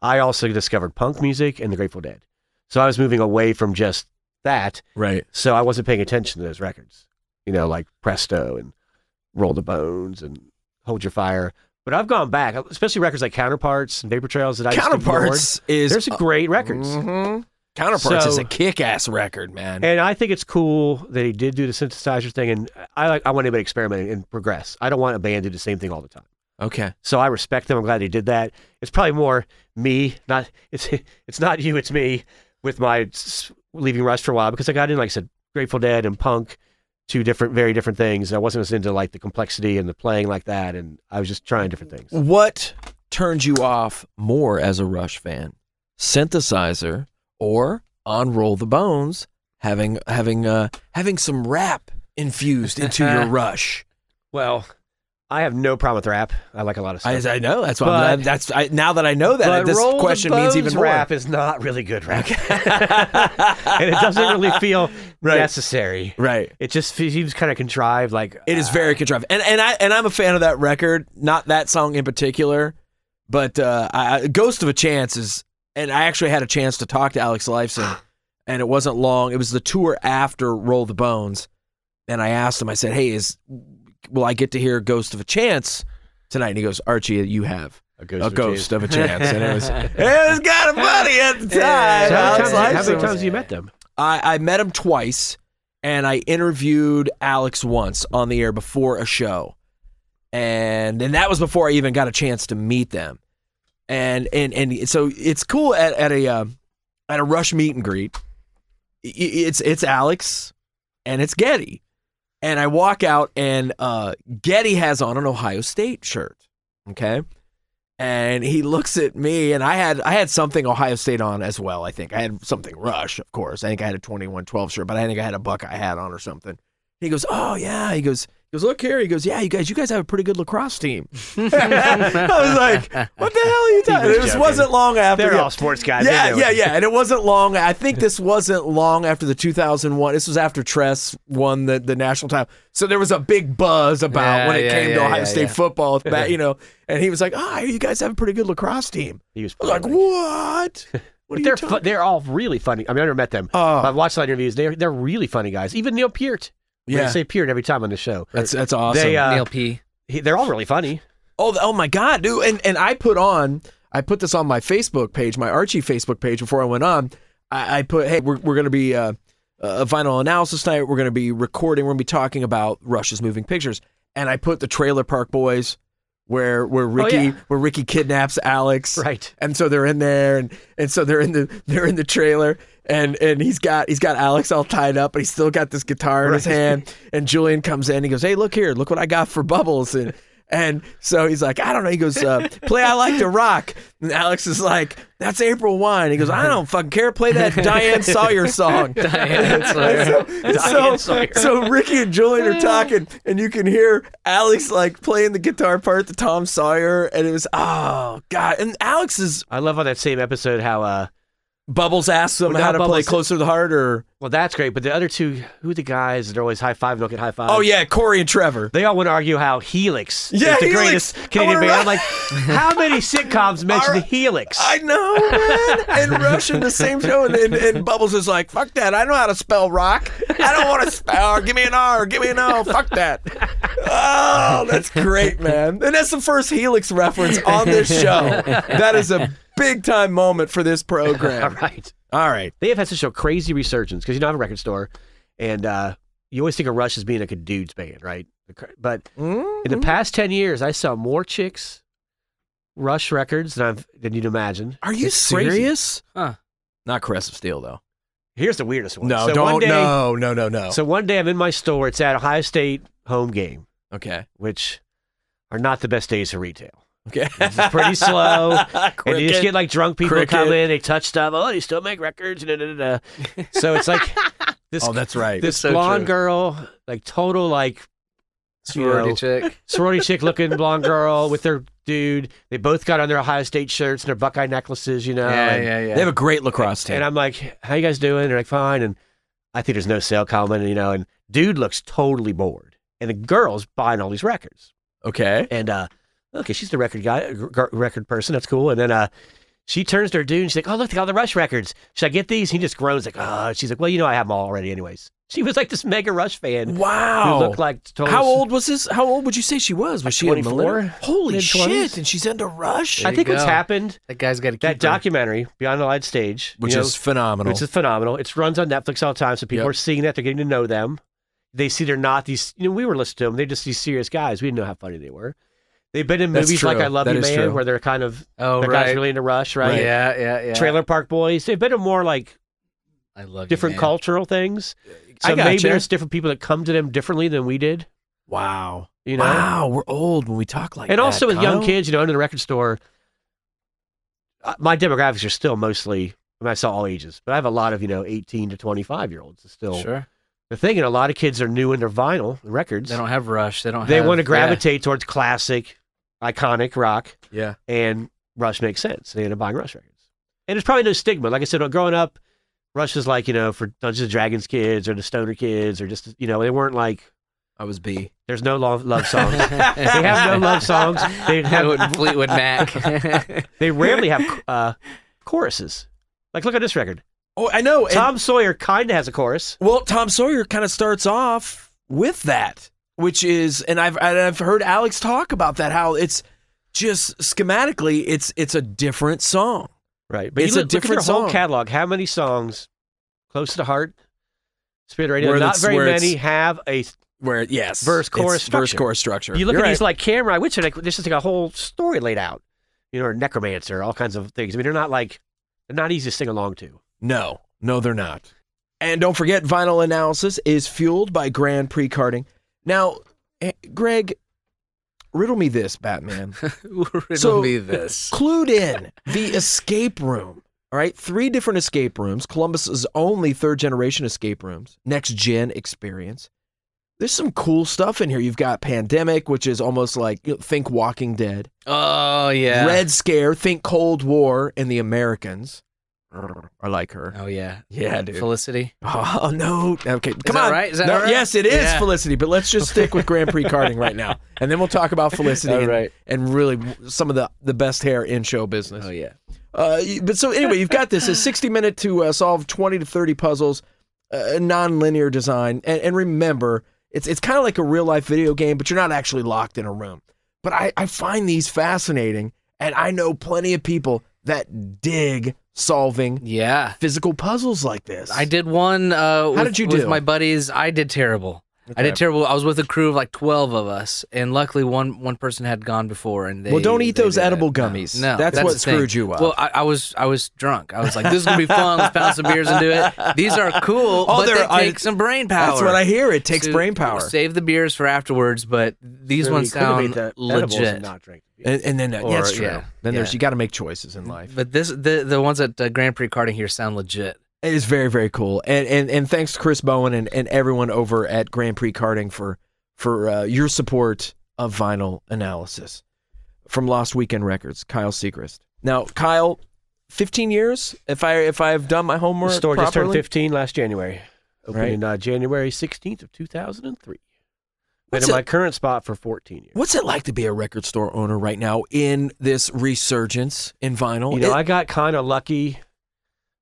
C: I also discovered punk music and the Grateful Dead. So I was moving away from just that.
B: Right.
C: So I wasn't paying attention to those records, you know, like Presto and Roll the Bones and Hold Your Fire. But I've gone back, especially records like Counterparts and Vapor Trails that I just
B: Counterparts
C: ignored.
B: is
C: There's some great records.
B: Mhm. Counterparts is
C: So-
B: a kick-ass record, man.
C: And I think it's cool that he did do the synthesizer thing, and I like I want anybody to experiment and progress. I don't want a band to do the same thing all the time.
B: okay.
C: So I respect them. I'm glad he did that. It's probably more me, not it's it's not you, it's me with my s- leaving Rush for a while because I got in like I said, Grateful Dead and punk, two different, very different things. I wasn't as into like the complexity and the playing like that, and I was just trying different things.
B: What turned you off more as a Rush fan? Synthesizer or on Roll the Bones having having uh having some rap infused into your Rush?
C: Well, I have no problem with rap. I like a lot of stuff.
B: I, I know that's why
C: But-
B: I'm, that's I, now that I know that
C: But
B: this
C: Roll the
B: question means even
C: Bones
B: more.
C: rap is not really good rap, and it doesn't really feel
B: Right.
C: necessary.
B: right.
C: It just fe- seems kind of contrived. Like ah,
B: It is very contrived, and and I and I'm a fan of that record, not that song in particular, but uh, I, I- "Ghost of a Chance" is. And I actually had a chance to talk to Alex Lifeson, and it wasn't long. It was the tour after "Roll the Bones," and I asked him. I said, "Hey, is will I get to hear "Ghost of a Chance" tonight?" And he goes, "Archie, you have."
C: a
B: A ghost of a chance, and it was
D: Yeah.
B: it was kind of funny at the time.
D: Yeah.
C: So how, many
B: Alex
C: times, how many
B: Lifeson
C: times
B: was-
C: have you met them?
B: I, I met him twice and I interviewed Alex once on the air before a show. And and that was before I even got a chance to meet them. And and and so it's cool at, at a um at a rush meet and greet. I- i- It's it's Alex and it's Getty. And I walk out and uh Getty has on an Ohio State shirt. Okay. And he looks at me and I had I had something Ohio State on as well, I think. I had something Rush, of course. I think I had a 21-12 shirt, but I think I had a Buckeye hat on or something. And he goes, Oh yeah. He goes, he goes, look here. He goes, Yeah, you guys, you guys have a pretty good lacrosse team. I was like, What the hell are you talking?
C: was
B: It was,
C: joking.
B: wasn't long after
C: They're
B: yeah.
C: all sports guys. They
B: Yeah,
C: know
B: yeah,
C: it.
B: yeah. And it wasn't long. I think this wasn't long after the 2001. This was after Tress won the, the national title. So there was a big buzz about
D: Yeah,
B: when it
D: yeah,
B: came to
D: yeah,
B: Ohio
D: yeah,
B: State
D: yeah.
B: football, back, you know. And he was like, "Ah, you guys have a pretty good lacrosse team."
C: He was
B: I was like,
C: probably-
B: "What? What
C: Oh, But
B: are
C: they're
B: you
C: fu-
B: talking?"
C: they're all really funny. I mean, I never met them.
B: Oh.
C: I've watched a lot of interviews. They're they're really funny guys. Even Neil Peart. When I
B: Yeah.
C: say Peart every time on the show.
B: That's that's awesome.
C: They uh,
D: Neil P.
C: he, they're all really funny.
B: Oh, th- oh my God, dude! And and I put on, I put this on my Facebook page, my Archie Facebook page. Before I went on, I, I put, hey, we're we're gonna be uh, a vinyl analysis tonight. We're gonna be recording. We're gonna be talking about Rush's Moving Pictures. And I put the Trailer Park Boys, where where Ricky
C: yeah.
B: where Ricky kidnaps Alex,
C: Right.
B: and so they're in there and and so they're in the they're in the trailer and and he's got he's got Alex all tied up but he's still got this guitar in his hand and Julian comes in he goes hey look here look what I got for bubbles and and so he's like I don't know he goes uh, play I like to rock and Alex is like that's April Wine he goes I don't fucking care play that Diane Sawyer song
D: Diane Sawyer.
B: And so- and
C: Diane
B: so,
C: Sawyer.
B: so Ricky and Julian are talking, and you can hear Alex like playing the guitar part to Tom Sawyer, and it was oh god. And Alex is
C: I love on that same episode how uh
B: Bubbles asks him
C: Well,
B: how
C: not
B: to play
C: Bubbles.
B: closer to the heart, or
C: well that's great, but the other two who are the guys that are always high five don't get high five.
B: oh yeah, Corey and Trevor.
C: They all want to argue how Helix
B: Yeah,
C: is the
B: Helix. Oh, I
C: greatest Canadian
B: wanna
C: band.
B: ri-
C: I'm like, how many sitcoms mention
B: Our-
C: Helix?
B: I know, man. And Rush in the same show, and, and, and Bubbles is like, "Fuck that! I know how to spell rock. I don't want to spell. Oh, Give me an R. Give me an O. Fuck that." Oh, that's great, man. And that's the first Helix reference on this show. That is a big time moment for this
C: all
B: program.
C: right.
B: All right.
C: They have had such a crazy resurgence because you don't have a record store. and uh, you always think of Rush as being like a dude's band, right? But
B: Mm,
C: in the past ten years, I saw more chicks Rush records than I've than you'd imagine.
B: Are you
C: It's crazy.
B: serious?
D: Huh.
B: Not Caress of Steel though.
C: Here's the weirdest one.
B: No,
C: So
B: don't.
C: One day,
B: no, no, no, no.
C: So one day I'm in my store. It's at Ohio State home game,
B: okay,
C: which are not the best days for retail.
B: okay.
C: It's pretty slow. And you just
B: Cricket.
C: get like drunk people
B: Cricket.
C: come in, they touch stuff. Oh, they still make records. Da, da, da, da. So it's like this
B: oh, that's right.
C: this
D: It's so
C: blonde
D: true.
C: girl, like total like you know,
D: Sorority chick.
C: sorority chick looking blonde girl with their dude. They both got on their Ohio State shirts and their Buckeye necklaces, you know.
D: yeah,
C: and,
D: yeah, yeah.
B: They have a great lacrosse team.
C: and I'm like, how you guys doing? They're like, fine. And I think there's no sale comment, you know. And dude looks totally bored. And the girl's buying all these records.
B: okay.
C: And uh, okay, she's the record guy, g- g- record person. That's cool. And then uh, she turns to her dude and she's like, oh, look, they got the Rush records. Should I get these? He just groans like, oh. She's like, well, you know, I have them all already, anyways. She was like this mega Rush fan
B: Wow.
C: who looked like total
B: How old was this? How old would you say she was? Was
C: Like
B: she a
C: 24?
B: millennial? Holy
C: Mid-twenties?
B: shit! And she's into Rush,
D: There
C: I
D: you
C: think what's
D: go.
C: happened
D: that guy's got a
C: that
D: keeper.
C: documentary Beyond the Light Stage,
B: which
C: you know,
B: is phenomenal.
C: which is phenomenal. It runs on Netflix all the time, so people
B: Yep.
C: are seeing that they're getting to know them. They see they're not these. You know, we were listening to them. They're just these serious guys. We didn't know how funny they were. They've been in
B: That's
C: movies like
B: true.
C: I Love
B: That
C: You
B: is
C: Man,
B: true.
C: where they're kind of
D: Oh,
C: the
D: right.
C: guy's really into Rush, right?
D: Yeah, yeah, yeah.
C: Trailer Park Boys. They've been in more like
D: I love
C: different
D: you, man.
C: cultural things. So
B: I gotcha.
C: maybe there's different people that come to them differently than we did.
B: wow.
C: You know,
B: Wow, we're old when we talk like that.
C: and also with young
B: Kyle.
C: kids, you know, into the record store. uh, My demographics are still mostly. I mean, I saw all ages, but I have a lot of you know, eighteen to twenty-five year olds still.
D: Sure.
C: the thing, and a lot of kids are new in their vinyl records.
D: They don't have rush. They don't.
C: They
D: have,
C: want to
D: yeah.
C: gravitate towards classic, iconic rock,
B: Yeah.
C: and Rush makes sense. They end up buying Rush records, and there's probably no stigma. Like I said, growing up, Rush was like you know for Dungeons and Dragons kids or the Stoner kids or just you know they weren't like
B: I was B.
C: there's no love love songs. they have no love songs. They
D: Have
C: have
D: Fleetwood Mac.
C: they rarely have uh, choruses. Like look at this record.
B: Oh, I know. and-
C: Tom Sawyer kind of has a chorus.
B: well, Tom Sawyer kind of starts off with that, which is, and I've and I've heard Alex talk about that. How it's just schematically, it's it's a different song.
C: Right. But
B: It's a
C: you look, look
B: different
C: at their whole
B: song.
C: catalog. How many songs, Close to the Heart, Spirit Radio,
B: Where
C: not
B: it's-
C: very
B: where it's-
C: many have a.
B: Where yes, it's
C: Verse, chorus
B: verse
C: structure.
B: chorus structure.
C: You look
B: You're
C: at
B: right.
C: these like Camera, which are like, this is like a whole story laid out, you know, or Necromancer, all kinds of things. I mean, they're not like, they're not easy to sing along to.
B: No, no, they're not. And don't forget, vinyl analysis is fueled by Grand Prix carding. Now, eh, Greg, riddle me this, Batman.
D: Riddle
B: So-
D: me this.
B: Clued in the escape room. All right, three different escape rooms. Columbus's only third generation escape rooms. Next gen experience. There's some cool stuff in here. You've got pandemic, which is almost like you know, think Walking Dead.
D: Oh yeah.
B: Red Scare, think Cold War, and the Americans. I like her.
D: Oh yeah.
B: Yeah, dude.
D: Felicity.
B: Oh no! Okay, come
D: that
B: on.
D: right? Is that
B: No,
D: all right?
B: Yes, it is
D: Yeah.
B: Felicity. But let's just stick with Grand Prix carding right now, and then we'll talk about Felicity
D: All
B: and,
D: right.
B: and really some of the the best hair in show business.
D: Oh yeah.
B: Uh, you- but so anyway, you've got this. It's sixty minute to uh, solve twenty to thirty puzzles, uh, non-linear design, and, and remember, it's it's kind of like a real life video game, but you're not actually locked in a room. But I, I find these fascinating, and I know plenty of people that dig solving
D: Yeah.
B: physical puzzles like this.
D: I did one. Uh, with,
B: did you
D: with
B: do?
D: my buddies? I did terrible. I did terrible. I was with a crew of like twelve of us, and luckily one one person had gone before. And they,
B: Well, don't eat
D: they
B: those
D: did it.
B: edible
D: No,
B: gummies.
D: No,
B: That's what
D: the thing.
B: screwed you up.
D: Well, I, I was I was drunk. I was like, "This is gonna be fun. Let's pound some beers and do it." These are cool,
B: Oh,
D: but they
B: they're-
D: take
B: I-
D: some brain power.
B: That's what I hear. It takes
D: So
B: brain power.
D: Save the beers for afterwards, but these
C: So
D: ones
C: you could have ate
D: sound
C: the edibles and
D: legit.
C: not drink the beer.
B: And, and then uh,
D: Or-
B: yeah, that's true.
D: yeah,
B: then there's
D: yeah.
B: you got to make choices in life.
D: But this the the ones at uh, Grand Prix carding here sound legit.
B: It is very very cool. And and, and thanks to Chris Bowen and, and everyone over at Grand Prix Karting for for uh, your support of vinyl analysis from Lost Weekend Records. Kyle Segrist. Now Kyle, 15 years. If I if I've done my
C: The
B: homework
C: store just turned
B: properly?
C: 15 last January, opened
B: Right.
C: in uh, January 16th of 2003. Been
B: What's
C: in
B: it-
C: my current spot for 14 years.
B: What's it like to be a record store owner right now in this resurgence in vinyl?
C: You know,
B: It-
C: I got kind of lucky.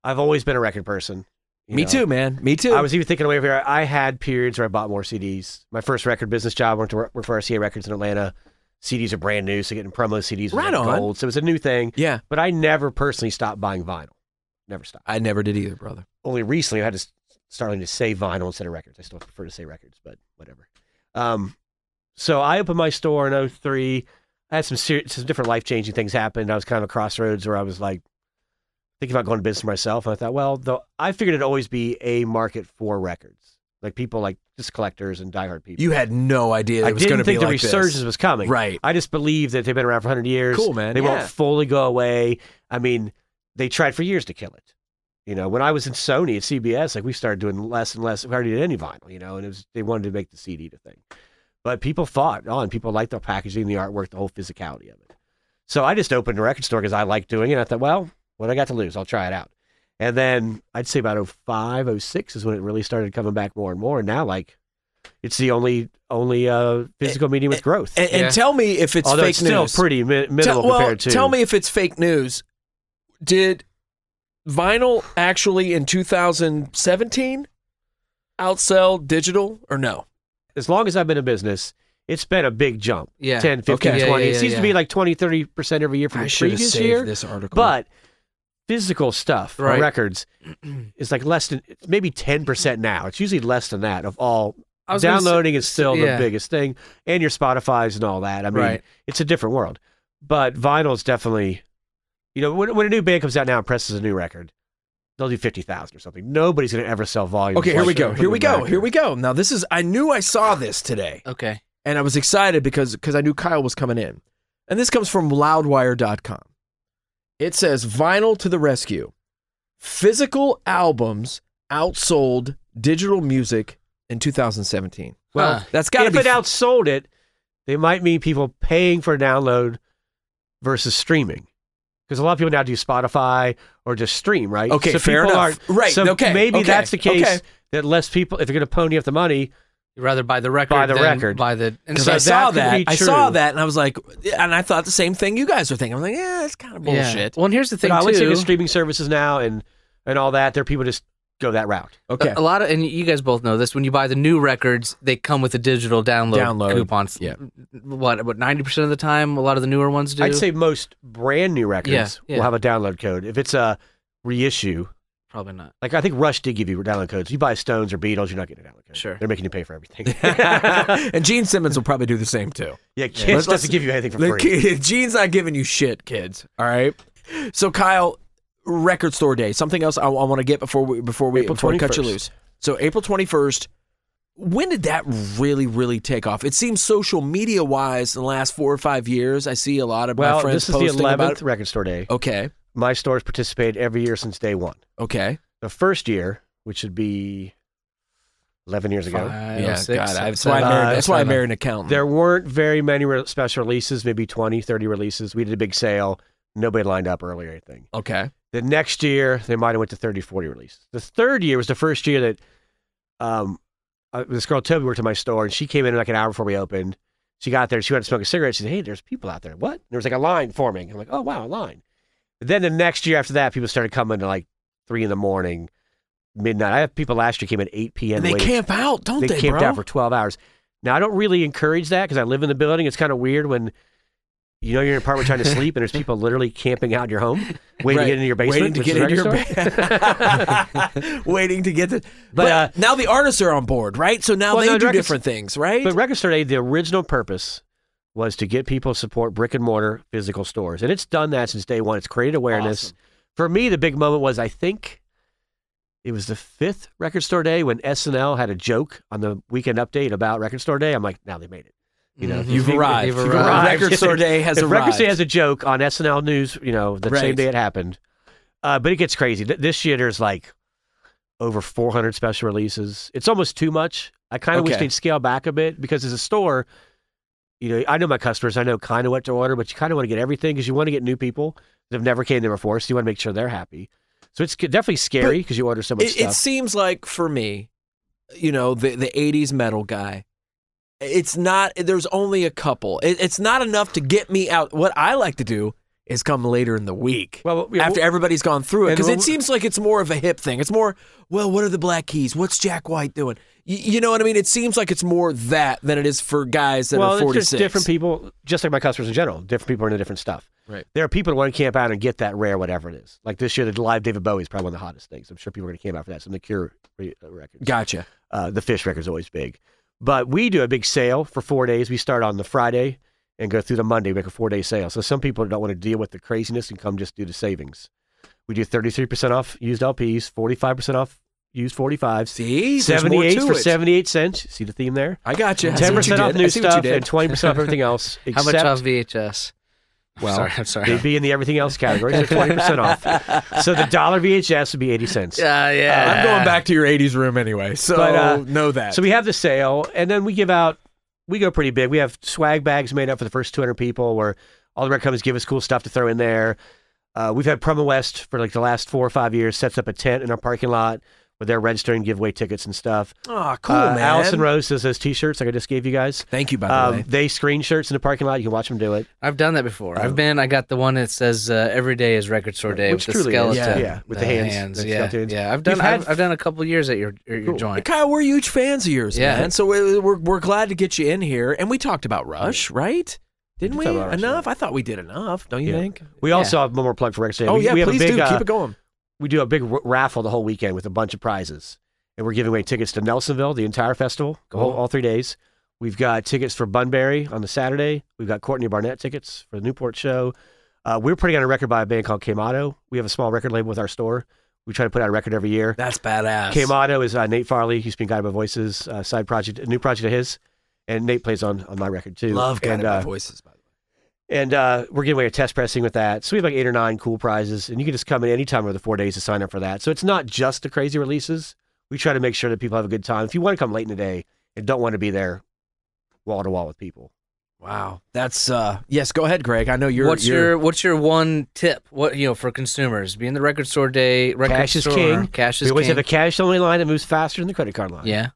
C: I've always been a record person. you
B: me
C: know.
B: too, man. Me too.
C: I was even thinking away over here. I had periods where I bought more CDs. My first record business job went to work worked for RCA Records in Atlanta. CDs are brand new, so getting promo CDs was
B: Right
C: like
B: on.
C: gold. So it was a new thing.
B: yeah.
C: But I never personally stopped buying vinyl. Never stopped.
B: I never did either, brother.
C: Only recently I had to s- starting to say vinyl instead of records. I still prefer to say records, but whatever. Um, so I opened my store in 03. I had some serious, some different life changing things happen. I was kind of a crossroads where I was like thinking about going to business for myself, and I thought, well, though I figured it'd always be a market for records, like people like just collectors and diehard people.
B: You had no idea
C: I
B: it was going
C: didn't
B: to be
C: think the
B: like
C: resurgence
B: this.
C: was coming.
B: Right.
C: I just believe that they've been around for 100 years.
B: Cool, man.
C: They
B: Yeah.
C: won't fully go away. I mean, they tried for years to kill it. You know, when I was in Sony at CBS, like we started doing less and less. We already did any vinyl, you know, and it was they wanted to make the CD the thing. But people fought on. People liked the packaging, the artwork, the whole physicality of it. So I just opened a record store because I liked doing it. I thought, well, what I got to lose? I'll try it out. And then I'd say about 05, 06 is when it really started coming back more and more. And now, like, it's the only only uh, physical medium with growth.
B: And, and
D: Yeah.
B: tell me if it's
C: Although
B: fake
C: it's still
B: news.
C: pretty mi- minimal
B: tell, well,
C: compared to.
B: tell me if it's fake news. Did vinyl actually in 2017 outsell digital or no?
C: as long as I've been in business, it's been a big jump.
D: Yeah.
C: 10, 15,
D: Okay. Yeah,
C: 20.
D: yeah,
C: it
D: yeah,
C: seems
D: yeah.
C: to be like 20, 30% every year from the
B: should've
C: previous year.
B: this article.
C: But physical stuff, or
D: Right.
C: records, is like less than it's maybe 10% now. It's usually less than that of all.
D: I was gonna say-
C: Downloading is still
D: yeah.
C: the biggest thing, and your Spotify's and all that. I mean,
D: Right.
C: it's a different world. But vinyl's definitely, you know, when, when a new band comes out now and presses a new record, they'll do 50,000 or something. Nobody's going to ever sell volumes.
B: okay, here
C: like
B: we go.
C: from
B: Here we
C: the
B: go.
C: record.
B: Here we go. Now this is I knew I saw this today.
D: Okay.
B: and I was excited because because I knew Kyle was coming in. And this comes from loudwire.com. It says vinyl to the rescue. Physical albums outsold digital music in 2017.
D: Well,
B: That's got to
C: if
B: be
C: it outsold it, they might mean people paying for download versus streaming. Because a lot of people now do Spotify or just stream, right?
B: Okay,
C: so
B: fair
C: people
B: enough. Right,
C: So
B: okay,
C: maybe
B: okay,
C: that's the case
B: okay.
C: that less people, if they're going to pony up the money,
D: You'd rather buy the record.
C: Buy the
D: than
C: record.
D: Buy the. And
B: because
D: so
B: I
C: that
B: saw
C: could
B: that.
C: be
B: I saw
C: true.
B: that and I was like and I thought the same thing you guys were thinking. I'm like, yeah, it's kind of
D: yeah.
B: bullshit.
D: Well, and here's the
C: but
D: thing
C: I would say
D: too.
C: the streaming services now and and all that, there are people just go that route.
B: Okay.
D: A, a lot of, and you guys both know this. When you buy the new records, they come with a digital download,
B: Download,
D: coupons.
B: yeah.
D: What? What? Ninety percent of the time, a lot of the newer ones do.
C: I'd say most brand new records
D: yeah.
C: will have a download code. If it's a reissue,
D: probably not.
C: Like I think Rush did give you download codes. You buy Stones or Beatles, you're not getting a download code.
D: Sure.
C: they're making you pay for everything.
B: and Gene Simmons will probably do the same too.
C: yeah, Kiss
B: Let's- let's-
C: doesn't give you anything for
B: The
C: free.
B: kid, Gene's not giving you shit, kids. All right. So Kyle, record store day. Something else I, want to get before we before we
C: April
B: before we cut you
C: 21st.
B: loose. So April twenty first. When did that really really take off? It seems social media wise in the last four or five years. I see a lot of my
C: Well,
B: friends
C: this is the
B: posting about.
C: 11th
B: It.
C: record store day.
B: Okay.
C: My stores participate every year since day one.
B: Okay.
C: The first year, which would be 11 years ago,
D: Five,
B: yeah.
D: six,
B: God, I-
D: seven,
B: that's why I
C: oh seven,
B: married,
C: uh,
B: that's why I
D: seven.
B: married an accountant.
C: there weren't very many re- special releases, maybe 20, 30 releases. We did a big sale. Nobody lined up early or anything.
B: okay.
C: The next year, they might have went to 30, 40 releases. The third year was the first year that um, uh, this girl, Toby, worked at my store, and she came in like an hour before we opened. She got there. She went to smoke a cigarette. She said, hey, there's people out there. What? And there was like a line forming. I'm like, oh, wow, a line. then the next year after that, people started coming to like 3 in the morning, midnight. I have people last year came at 8 p.m.
B: And they
C: waiting-
B: camp out, don't they?
C: they camped
B: bro?
C: out for 12 hours. Now, I don't really encourage that because I live in the building. It's kind of weird when you know you're in an apartment trying to sleep and there's people literally camping out in your home waiting
B: Right.
C: to get into your basement.
B: Waiting to
C: which is
B: get into your
C: a record store.
B: basement. waiting to get the. But,
C: uh,
B: now the artists are on board, right? So now
C: Well,
B: they
C: no,
B: do
C: records-
B: different things, right?
C: But Record Store Day, the original purpose was to get people to support brick and mortar physical stores. And it's done that since day one. It's created awareness. For me, the big moment was I think it was the fifth Record Store Day when SNL had a joke on the weekend update about Record Store Day. I'm like, now they made it. You know,
D: Mhm.
B: You've arrived.
D: You've
B: You've
D: arrived.
B: arrived. Record Store Day has
C: if Record Store Day
B: arrived.
C: has a joke on SNL News, you know, the
B: Right.
C: same day it happened. Uh, but it gets crazy. Th- This year, there's like over 400 special releases. It's almost too much. I kind of wish
B: Okay.
C: they'd scale back a bit because as a store, you know, I know my customers. I know kind of what to order, but you kind of want to get everything because you want to get new people that have never came there before. So you want to make sure they're happy. So it's c- definitely scary because you order so much
B: it, it
C: stuff.
B: seems like for me, you know, the the '80s metal guy. It's not. There's only a couple. It, it's not enough to get me out. What I like to do is come later in the week.
C: Well, yeah,
B: after
C: well-
B: everybody's gone through it,
C: And
B: because
C: when
B: it
C: we-
B: seems like it's more of a hip thing. It's more, well, what are the Black Keys? What's Jack White doing? Y- you know what I mean? It seems like it's more that than it is for guys that
C: well,
B: are
C: it's
B: 46.
C: just different people, just like my customers in general. Different people are into different stuff.
D: Right.
C: There are people that want to camp out and get that rare whatever it is. Like this year, the live David Bowie is probably one of the hottest things. I'm sure people are going to camp out for that. Some of the Cure re- uh, records.
B: Gotcha.
C: Uh, the Fish record's always big. But we do a big sale for four days. We start on the Friday and go through the Monday, make a four day sale. So some people don't want to deal with the craziness and come just do the savings. We do 33% off used LPs, 45% off used 45s,
B: See, there's more
C: 78
B: to
C: for
B: it.
C: 78 cents. See the theme there?
B: I gotcha. I see
C: Ten
B: what you
C: percent off
B: did. I
C: new
B: see what you
C: stuff
B: did.
C: and twenty percent off everything else.
D: How
C: Except
D: much off VHS?
B: Well,
D: Well, sorry, I'm sorry.
C: they'd be in the everything else category, so twenty percent off. So the dollar VHS would be eighty cents.
D: Yeah, yeah.
B: I'm going back to your '80s room anyway, so
C: uh, But, uh,
B: know that.
C: So we have the sale, and then we give out. We go pretty big. We have swag bags made up for the first two hundred people, where all the rec companies give us cool stuff to throw in there. Uh, we've had Promo West for like the last four or five years sets up a tent in our parking lot where they're registering giveaway tickets and stuff.
B: oh, cool,
C: uh,
B: man.
C: Allison Rose does those T-shirts like I just gave you guys.
B: Thank you, by the
C: Um,
B: way.
C: they screen shirts in the parking lot. You can watch them do it.
D: I've done that before. I've been. I got the one that says uh, "Every day is record store day"
C: Oh. Which
D: with the
C: truly is,
D: skeleton.
B: yeah.
C: Yeah, with the hands, the
D: yeah,
C: skeletons.
D: yeah. I've
C: We've
D: done.
C: had-
D: I've, I've done a couple years at your at your joint.
B: Kyle, we're huge fans of yours,
D: Yeah.
B: man. So we're, we're we're glad to get you in here, and we talked about Rush, right? Didn't we?
C: did talk about Rush,
B: enough? I thought we did enough. Don't you
C: Yeah.
B: think?
C: We also have one more plug for Rex Day.
B: oh
C: we,
B: yeah,
C: we have
B: please
C: a big,
B: do.
C: uh,
B: Keep it going.
C: We do a big r- raffle the whole weekend with a bunch of prizes, and we're giving away tickets to Nelsonville, the entire festival, the whole,
B: Cool.
C: all three days. We've got tickets for Bunbury on the Saturday. We've got Courtney Barnett tickets for the Newport show. Uh, we're putting out a record by a band called Kamado. We have a small record label with our store. We try to put out a record every year.
B: That's badass.
C: Kamado is uh, Nate Farley. He's been guided by Voices, uh, side project, a new project of his, and Nate plays on on my record too.
B: Love
C: and,
B: Guided
C: uh,
B: by Voices. By the way.
C: and uh, we're giving away a test pressing with that. So we have like eight or nine cool prizes, and you can just come in any time over the four days to sign up for that. So it's not just the crazy releases. We try to make sure that people have a good time. If you want to come late in the day and don't want to be there wall to wall with people,
B: Wow, that's uh yes. Go ahead, Greg. I know you're.
D: what's
B: you're-
D: your What's your one tip? What you know for consumers? Be in the record store day. Record
C: Cash is
D: store,
C: king.
D: Cash
C: we
D: is
C: always
D: king.
C: have a cash only line that moves faster than the credit card line.
D: yeah,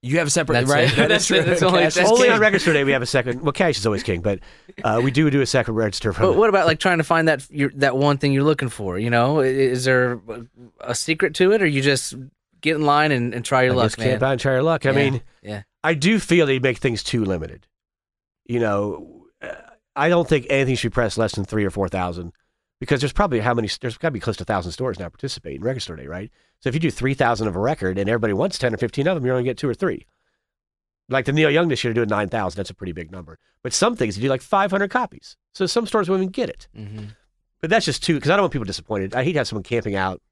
B: You have a separate
D: That's
B: right.
D: it. That's it. That's only-
B: Cash-
D: that's
C: only
D: king.
C: on record store day we have a second. Well, cash is always king, but uh, we do do a second register from
D: but what about like trying to find that your, that one thing you're looking for? You know, I- is there a- a secret to it, or you just get in line and, and try your
C: I
D: luck,
C: just
D: man?
C: Can't buy and try your luck. I
D: Yeah,
C: mean,
D: yeah.
C: I do feel they make things too limited. You know, uh, I don't think anything should press less than three or four thousand because there's probably how many? There's got to be close to thousand stores now participating in Record Store Day, right? So if you do three thousand of a record and everybody wants ten or fifteen of them, you're only gonna get two or three. Like the Neil Young this year doing nine thousand. That's a pretty big number. But some things you do like five hundred copies. So some stores won't even get it.
D: hmm
C: But that's just too because I don't want people disappointed. I hate to have someone camping out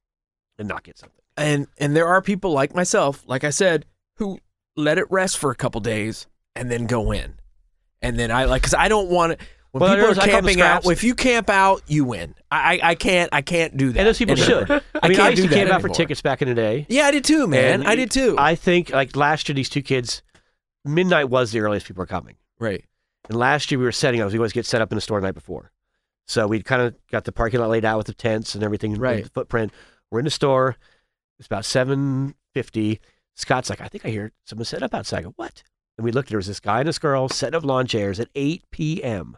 C: and not get something.
B: and and there are people like myself, like I said, who let it rest for a couple days and then go in, and then I like because I don't want to. When
C: Well,
B: people
C: there's-
B: are
C: I call them
B: camping out,
C: scraps.
B: if you camp out, you win. I I, I can't I can't do that.
C: And those people
B: anymore.
C: should. I mean, I,
B: can't
C: used
B: do
C: to
B: that
C: camp out for
B: anymore.
C: tickets back in the day.
B: Yeah, I did too, man.
C: And
B: I did too.
C: I think like last year, these two kids, midnight was the earliest people were coming.
B: right.
C: And last year we were setting up. We always get set up in the store the night before, so we'd kind of got the parking lot laid out with the tents and everything, with
B: Right.
C: The footprint. We're in the store. It's about seven fifty. Scott's like, I think I hear someone set up outside. I go, what? And we looked. There was this guy and this girl setting up lawn chairs at eight p.m.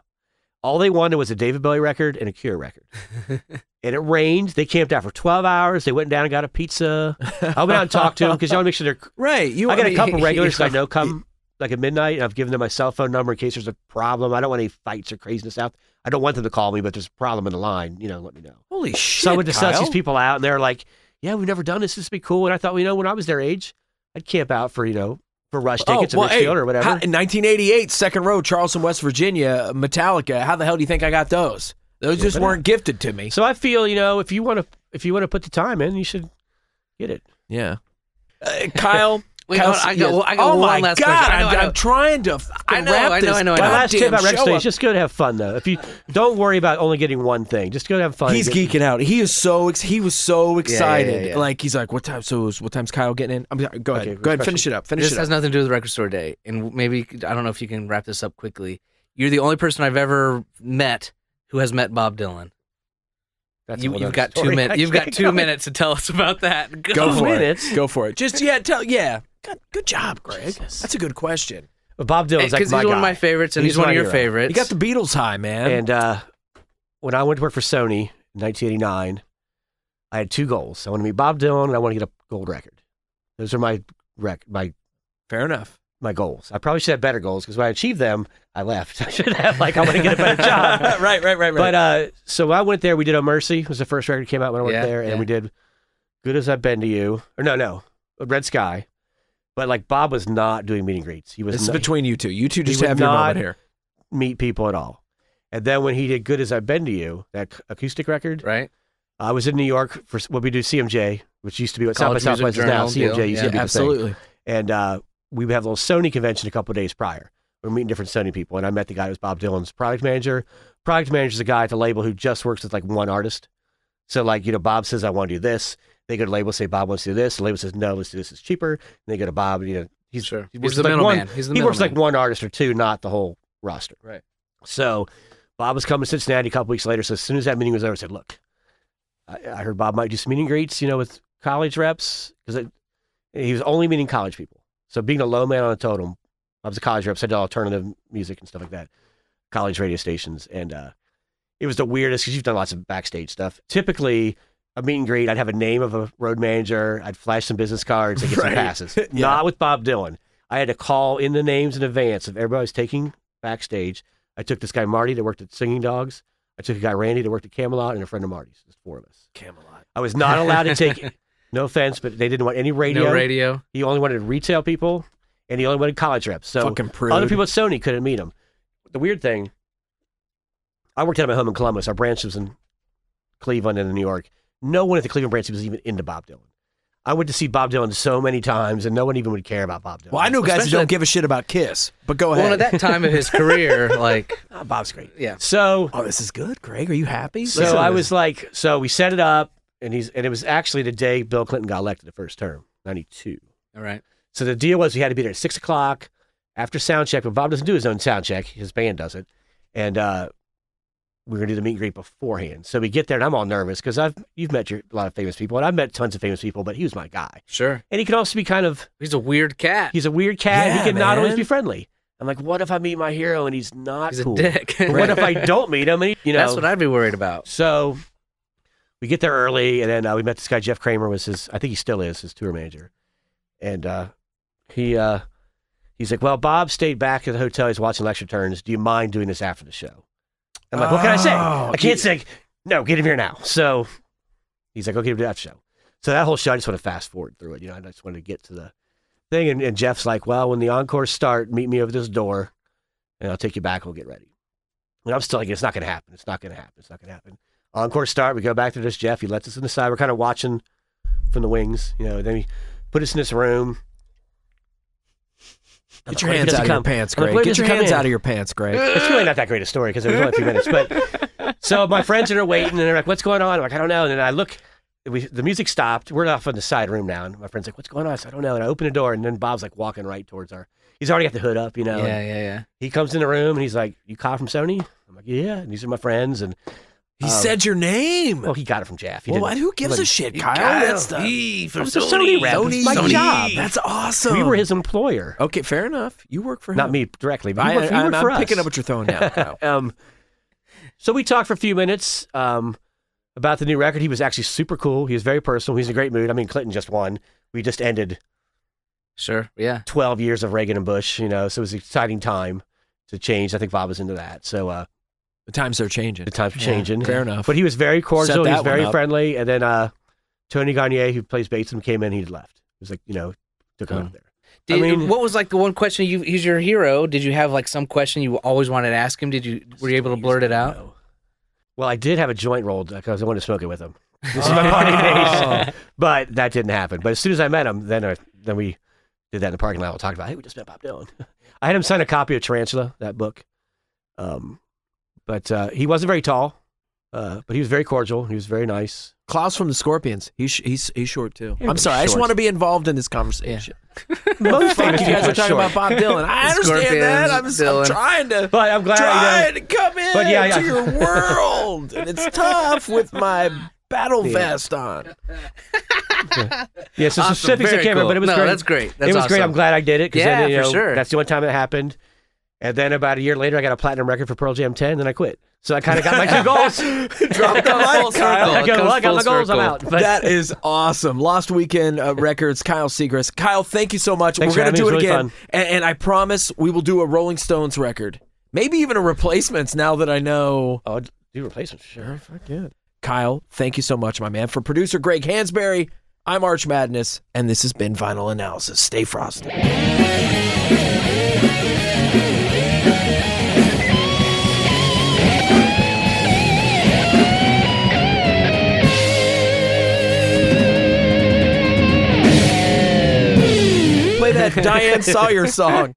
C: All they wanted was a David Bowie record and a Cure record. and it rained. They camped out for twelve hours. They went down and got a pizza. I went out and talked to them because y'all make sure they're
B: Right. You.
C: I got
B: mean,
C: a couple regulars
B: you
C: I know come like at midnight. and I've given them my cell phone number in case there's a problem. I don't want any fights or craziness out. I don't want them to call me, but there's a problem in the line. You know, let me know.
B: Holy shit!
C: so I went to suss
B: Kyle.
C: these people out, and they're like, "Yeah, we've never done this. This would be cool." And I thought, well, you know, when I was their age, I'd camp out for you know for rush tickets
B: Oh, well,
C: in Richfield or whatever.
B: how- in 1988, second row, Charleston, West Virginia, Metallica. How the hell do you think I got those? Those just
C: but-
B: weren't gifted to me.
C: so I feel you know if you want to if you want to put the time in, you should get it.
B: Yeah. Uh, Kyle.
D: Wait,
B: Kyle,
D: hold on, I got- well, I got
B: oh
D: one
B: my
D: last
B: God,
D: question. I know,
B: I'm,
D: I know.
B: am trying to f-
D: I know,
B: wrap
D: I know,
B: this
D: I know, I know.
C: My last tip
B: goddamn
C: about Rex
B: show
C: Day
B: up.
C: is just go to have fun though. If you don't worry about only getting one thing, just go to have fun. and
B: He's
C: get-
B: geeking out. He is so ex- he was so
D: yeah,
B: excited.
D: yeah.
B: Like he's like, what time? So is- what time's Kyle getting in? I'm sorry, go ahead.
C: Okay,
B: go ahead.
C: question.
B: Finish it up. Finish
D: This
B: it
D: has
B: up.
D: nothing to do with record store day, and maybe you could- I don't know if you can wrap this up quickly. You're the only person I've ever met who has met Bob Dylan.
C: That's a
D: You,
C: whole
D: you've
C: nother
D: got two
C: story.
D: minutes.
C: I
D: You've got
C: can't
D: two
C: go.
D: minutes to tell us about that. Go,
B: Go for
C: minutes.
B: it. Go for it. Just yeah. Tell yeah. Good, good job, Greg. That's a good question.
C: But Bob
D: Because
C: Dylan's like
D: he's
C: my
D: one of
C: guy.
D: my favorites, and he's,
C: He's
D: one
C: my
D: of your
C: hero.
D: favorites.
B: You got the Beatles high, man.
C: And uh, when I went to work for Sony in 1989, I had two goals. I want to meet Bob Dylan and I want to get a gold record. Those are my rec- my
B: Fair enough.
C: my goals. I probably should have better goals because when I achieved them, I left. I should have like I want to get a better job.
B: right, right, right, right.
C: But uh, so when I went there, we did "Oh Mercy" was the first record that came out when I went
D: Yeah,
C: there, and
D: yeah.
C: we did "Good as I've Been to You" or no, no, Red Sky. But like Bob was not doing meet and greets. He was
B: this is
C: not,
B: between you two. You two just
C: would
B: have your
C: not-
B: moment here.
C: meet people at all. And then when he did "Good as I've Been to You," that ac- acoustic record,
D: right?
C: I was in New York for s- what we do CMJ, which used to be what South by
D: College Music
C: Southwest is now.
D: Journal
C: CMJ
D: deal.
C: used
D: Yeah,
C: to be the thing and uh, we would have a little Sony convention a couple days prior. We are meeting different Sony people, and I met the guy who was Bob Dylan's product manager. Product manager is a guy at the label who just works with like one artist. So like you know, Bob says I want to do this. They go to label say Bob wants to do this. The label says no, let's do this. It's cheaper. And they go to Bob. And, you know, he's
D: Sure.
C: he
D: He's
C: works
D: the
C: with, like,
D: middleman.
C: One,
D: He's the
C: he works like
D: middleman.
C: one artist or two, not the whole roster.
D: Right.
C: So Bob was coming to Cincinnati a couple weeks later. So as soon as that meeting was over, I said, look, I, I heard Bob might do some meeting greets, you know, with college reps because he was only meeting college people. So being a low man on a totem, I was a college rep, so I did alternative music and stuff like that, college radio stations, and uh, it was the weirdest because you've done lots of backstage stuff. Typically, a meet and greet, I'd have a name of a road manager, I'd flash some business cards, I'd get
B: Right.
C: some passes.
B: Yeah.
C: Not with Bob Dylan. I had to call in the names in advance of everybody I was taking backstage. I took this guy Marty that worked at Singing Dogs. I took a guy Randy that worked at Camelot, and a friend of Marty's. There's four of us.
B: Camelot.
C: I was not allowed to take. No offense, but they didn't want any radio.
D: No radio.
C: He only wanted retail people, and he only wanted college reps. So
B: Fucking prude.
C: other people at Sony couldn't meet him. The weird thing, I worked out of my home in Columbus. Our branch was in Cleveland and in New York. No one at the Cleveland branch was even into Bob Dylan. I went to see Bob Dylan so many times, and no one even would care about Bob Dylan.
B: Well, I know guys who
D: Especially-
B: don't give a shit about Kiss, but go ahead.
D: Well, at that time of his career, like
C: Ah, Bob's great.
D: yeah,
C: So
B: oh, this is good, Greg. Are you happy?
C: So I was like, so we set it up, and he's, and it was actually the day Bill Clinton got elected the first term, ninety two.
D: all right,
C: So the deal was we had to be there at six o'clock after sound check, but Bob doesn't do his own sound check; his band does it, and uh, we were gonna do the meet and greet beforehand. So we get there, and I'm all nervous because I've you've met your, a lot of famous people, and I've met tons of famous people, but he was my guy,
D: sure.
C: and he can also be kind of
D: He's a weird cat.
C: he's a weird cat.
B: Yeah,
C: he can not always
B: man.
C: be friendly. I'm like, what if I meet my hero and he's not
D: He's a
C: cool?
D: dick.
C: But What if I don't meet him? And he, you know,
D: That's what I'd be worried about.
C: so we get there early, and then uh, we met this guy Jeff Kramer was his. I think he still is his tour manager, and uh, he uh, he's like, "Well, Bob stayed back at the hotel. He's watching lecture turns. Do you mind doing this after the show?" I'm like, "What can I say?
B: Oh,
C: I can't say no. Get him here now." So he's like, "Okay, we'll do that show." So that whole show, I just want to fast forward through it. You know, I just wanted to get to the thing. And, and Jeff's like, "Well, when the encores start, meet me over this door, and I'll take you back. We'll get ready." And I'm still like, "It's not going to happen. It's not going to happen. It's not going to happen." Encore start. We go back to this Jeff. He lets us in the side. We're kind of watching from the wings. You know, then he put us in this room. I'm
B: Get
C: like,
B: your
C: "Wait,
B: hands
C: does he
B: out of your
C: come?"
B: pants,
C: I'm like,
B: Greg.
C: "Wait,
B: Get
C: does
B: your
C: he come
B: hands
C: in?"
B: out of your pants, Greg.
C: It's really not that great a story because it was only a few minutes. But so my friends are waiting and they're like, "What's going on?" I'm like, "I don't know." And then I look. We, the music stopped. We're off in the side room now, and my friend's like, "What's going on?" I said, "I don't know." And I open the door, and then Bob's like walking right towards our. He's already got the hood up, you know.
D: Yeah,
C: and
D: yeah, yeah.
C: He comes in the room and he's like, "You caught from Sony?" I'm like, "Yeah." And these are my friends, and
B: He
C: Um,
B: said your name.
C: well, he got it from Jeff. He
B: well,
C: didn't-
B: why- who
C: he
B: gives a
C: wasn't-
B: shit, Kyle? That's the
D: E from
C: It's a Sony rep. It's my job.
B: That's awesome.
C: We were his employer,
B: Okay, fair enough. You work for him.
C: not me directly, but
B: I,
C: he worked, he
B: am
C: worked for us.
B: picking up what you're throwing down, Kyle.
C: um, so we talked for a few minutes um, about the new record. He was actually super cool. He was very personal. He's in a great mood. I mean, Clinton just won. We just ended
D: Sure. Yeah.
C: 12 years of Reagan and Bush, you know, so it was an exciting time to change. I think Bob was into that. So uh,
B: the times are changing.
C: the times are
D: Yeah,
C: changing.
B: fair enough.
C: But he was very cordial.
B: Set
C: He was
B: that
C: very
B: one up.
C: friendly. And then uh, Tony Gagne, who plays Bateson, came in. He left. It was like, you know, took him
D: Oh.
C: out of there.
D: Did,
C: mean-
D: what was like the one question you? He's your hero. Did you have like some question you always wanted to ask him? Did you were you able to blurt it out?
C: No. Well, I did have a joint rolled because I wanted to smoke it with him. This is my party
B: Oh.
C: days, but that didn't happen. But as soon as I met him, then I, then we did that in the parking lot. We talked about, hey, we just met Bob Dylan. I had him sign a copy of Tarantula, that book. Um, but uh, he wasn't very tall, uh, but he was very cordial. He was very nice.
B: Klaus from the Scorpions. He's sh- he's he's short too. I'm
C: Everybody's
B: sorry. I just
C: short.
B: want to be involved in this conversation.
C: Most
B: Fuck, you guys
C: people
B: are talking
C: short.
B: about Bob Dylan. I understand that. I'm,
D: Scorpions,
B: just- I'm
D: Dylan.
B: trying to.
C: But I'm glad. you know,
B: trying to come in
C: But
B: to
C: yeah, yeah.
B: your world, and it's tough with my battle
C: Yeah.
B: vest on.
C: Yeah, so
D: Awesome.
C: specifics I
D: Very
C: can't remember,
D: cool.
C: but it was
D: No,
C: great.
D: that's great. That's
C: it was great.
D: awesome.
C: I'm glad I did it because
D: Yeah,
C: you
D: for
C: know,
D: sure.
C: that's the only time it happened. And then about a year later, I got a platinum record for Pearl Jam 10, then I quit. So I kind of got my two goals.
D: It goes full circle.
C: I
D: It
C: go,
D: goes
C: well, I got
D: full
C: my goals. I'm
D: circle.
C: out. But
B: that is awesome. Lost Weekend uh, Records, Kyle Segrist. Kyle, thank you so much.
C: Thanks
B: We're
C: for
B: going to do
C: having
B: it
C: me. It was really
B: again. And, and I promise we will do a Rolling Stones record. Maybe even a replacements now that I know.
C: oh, do replacement. Sure, fuck yeah.
B: Kyle, thank you so much, my man. For producer Greg Hansberry, I'm Arch Madness, and this has been Vinyl Analysis. Stay frosty. Play that Diane Sawyer song.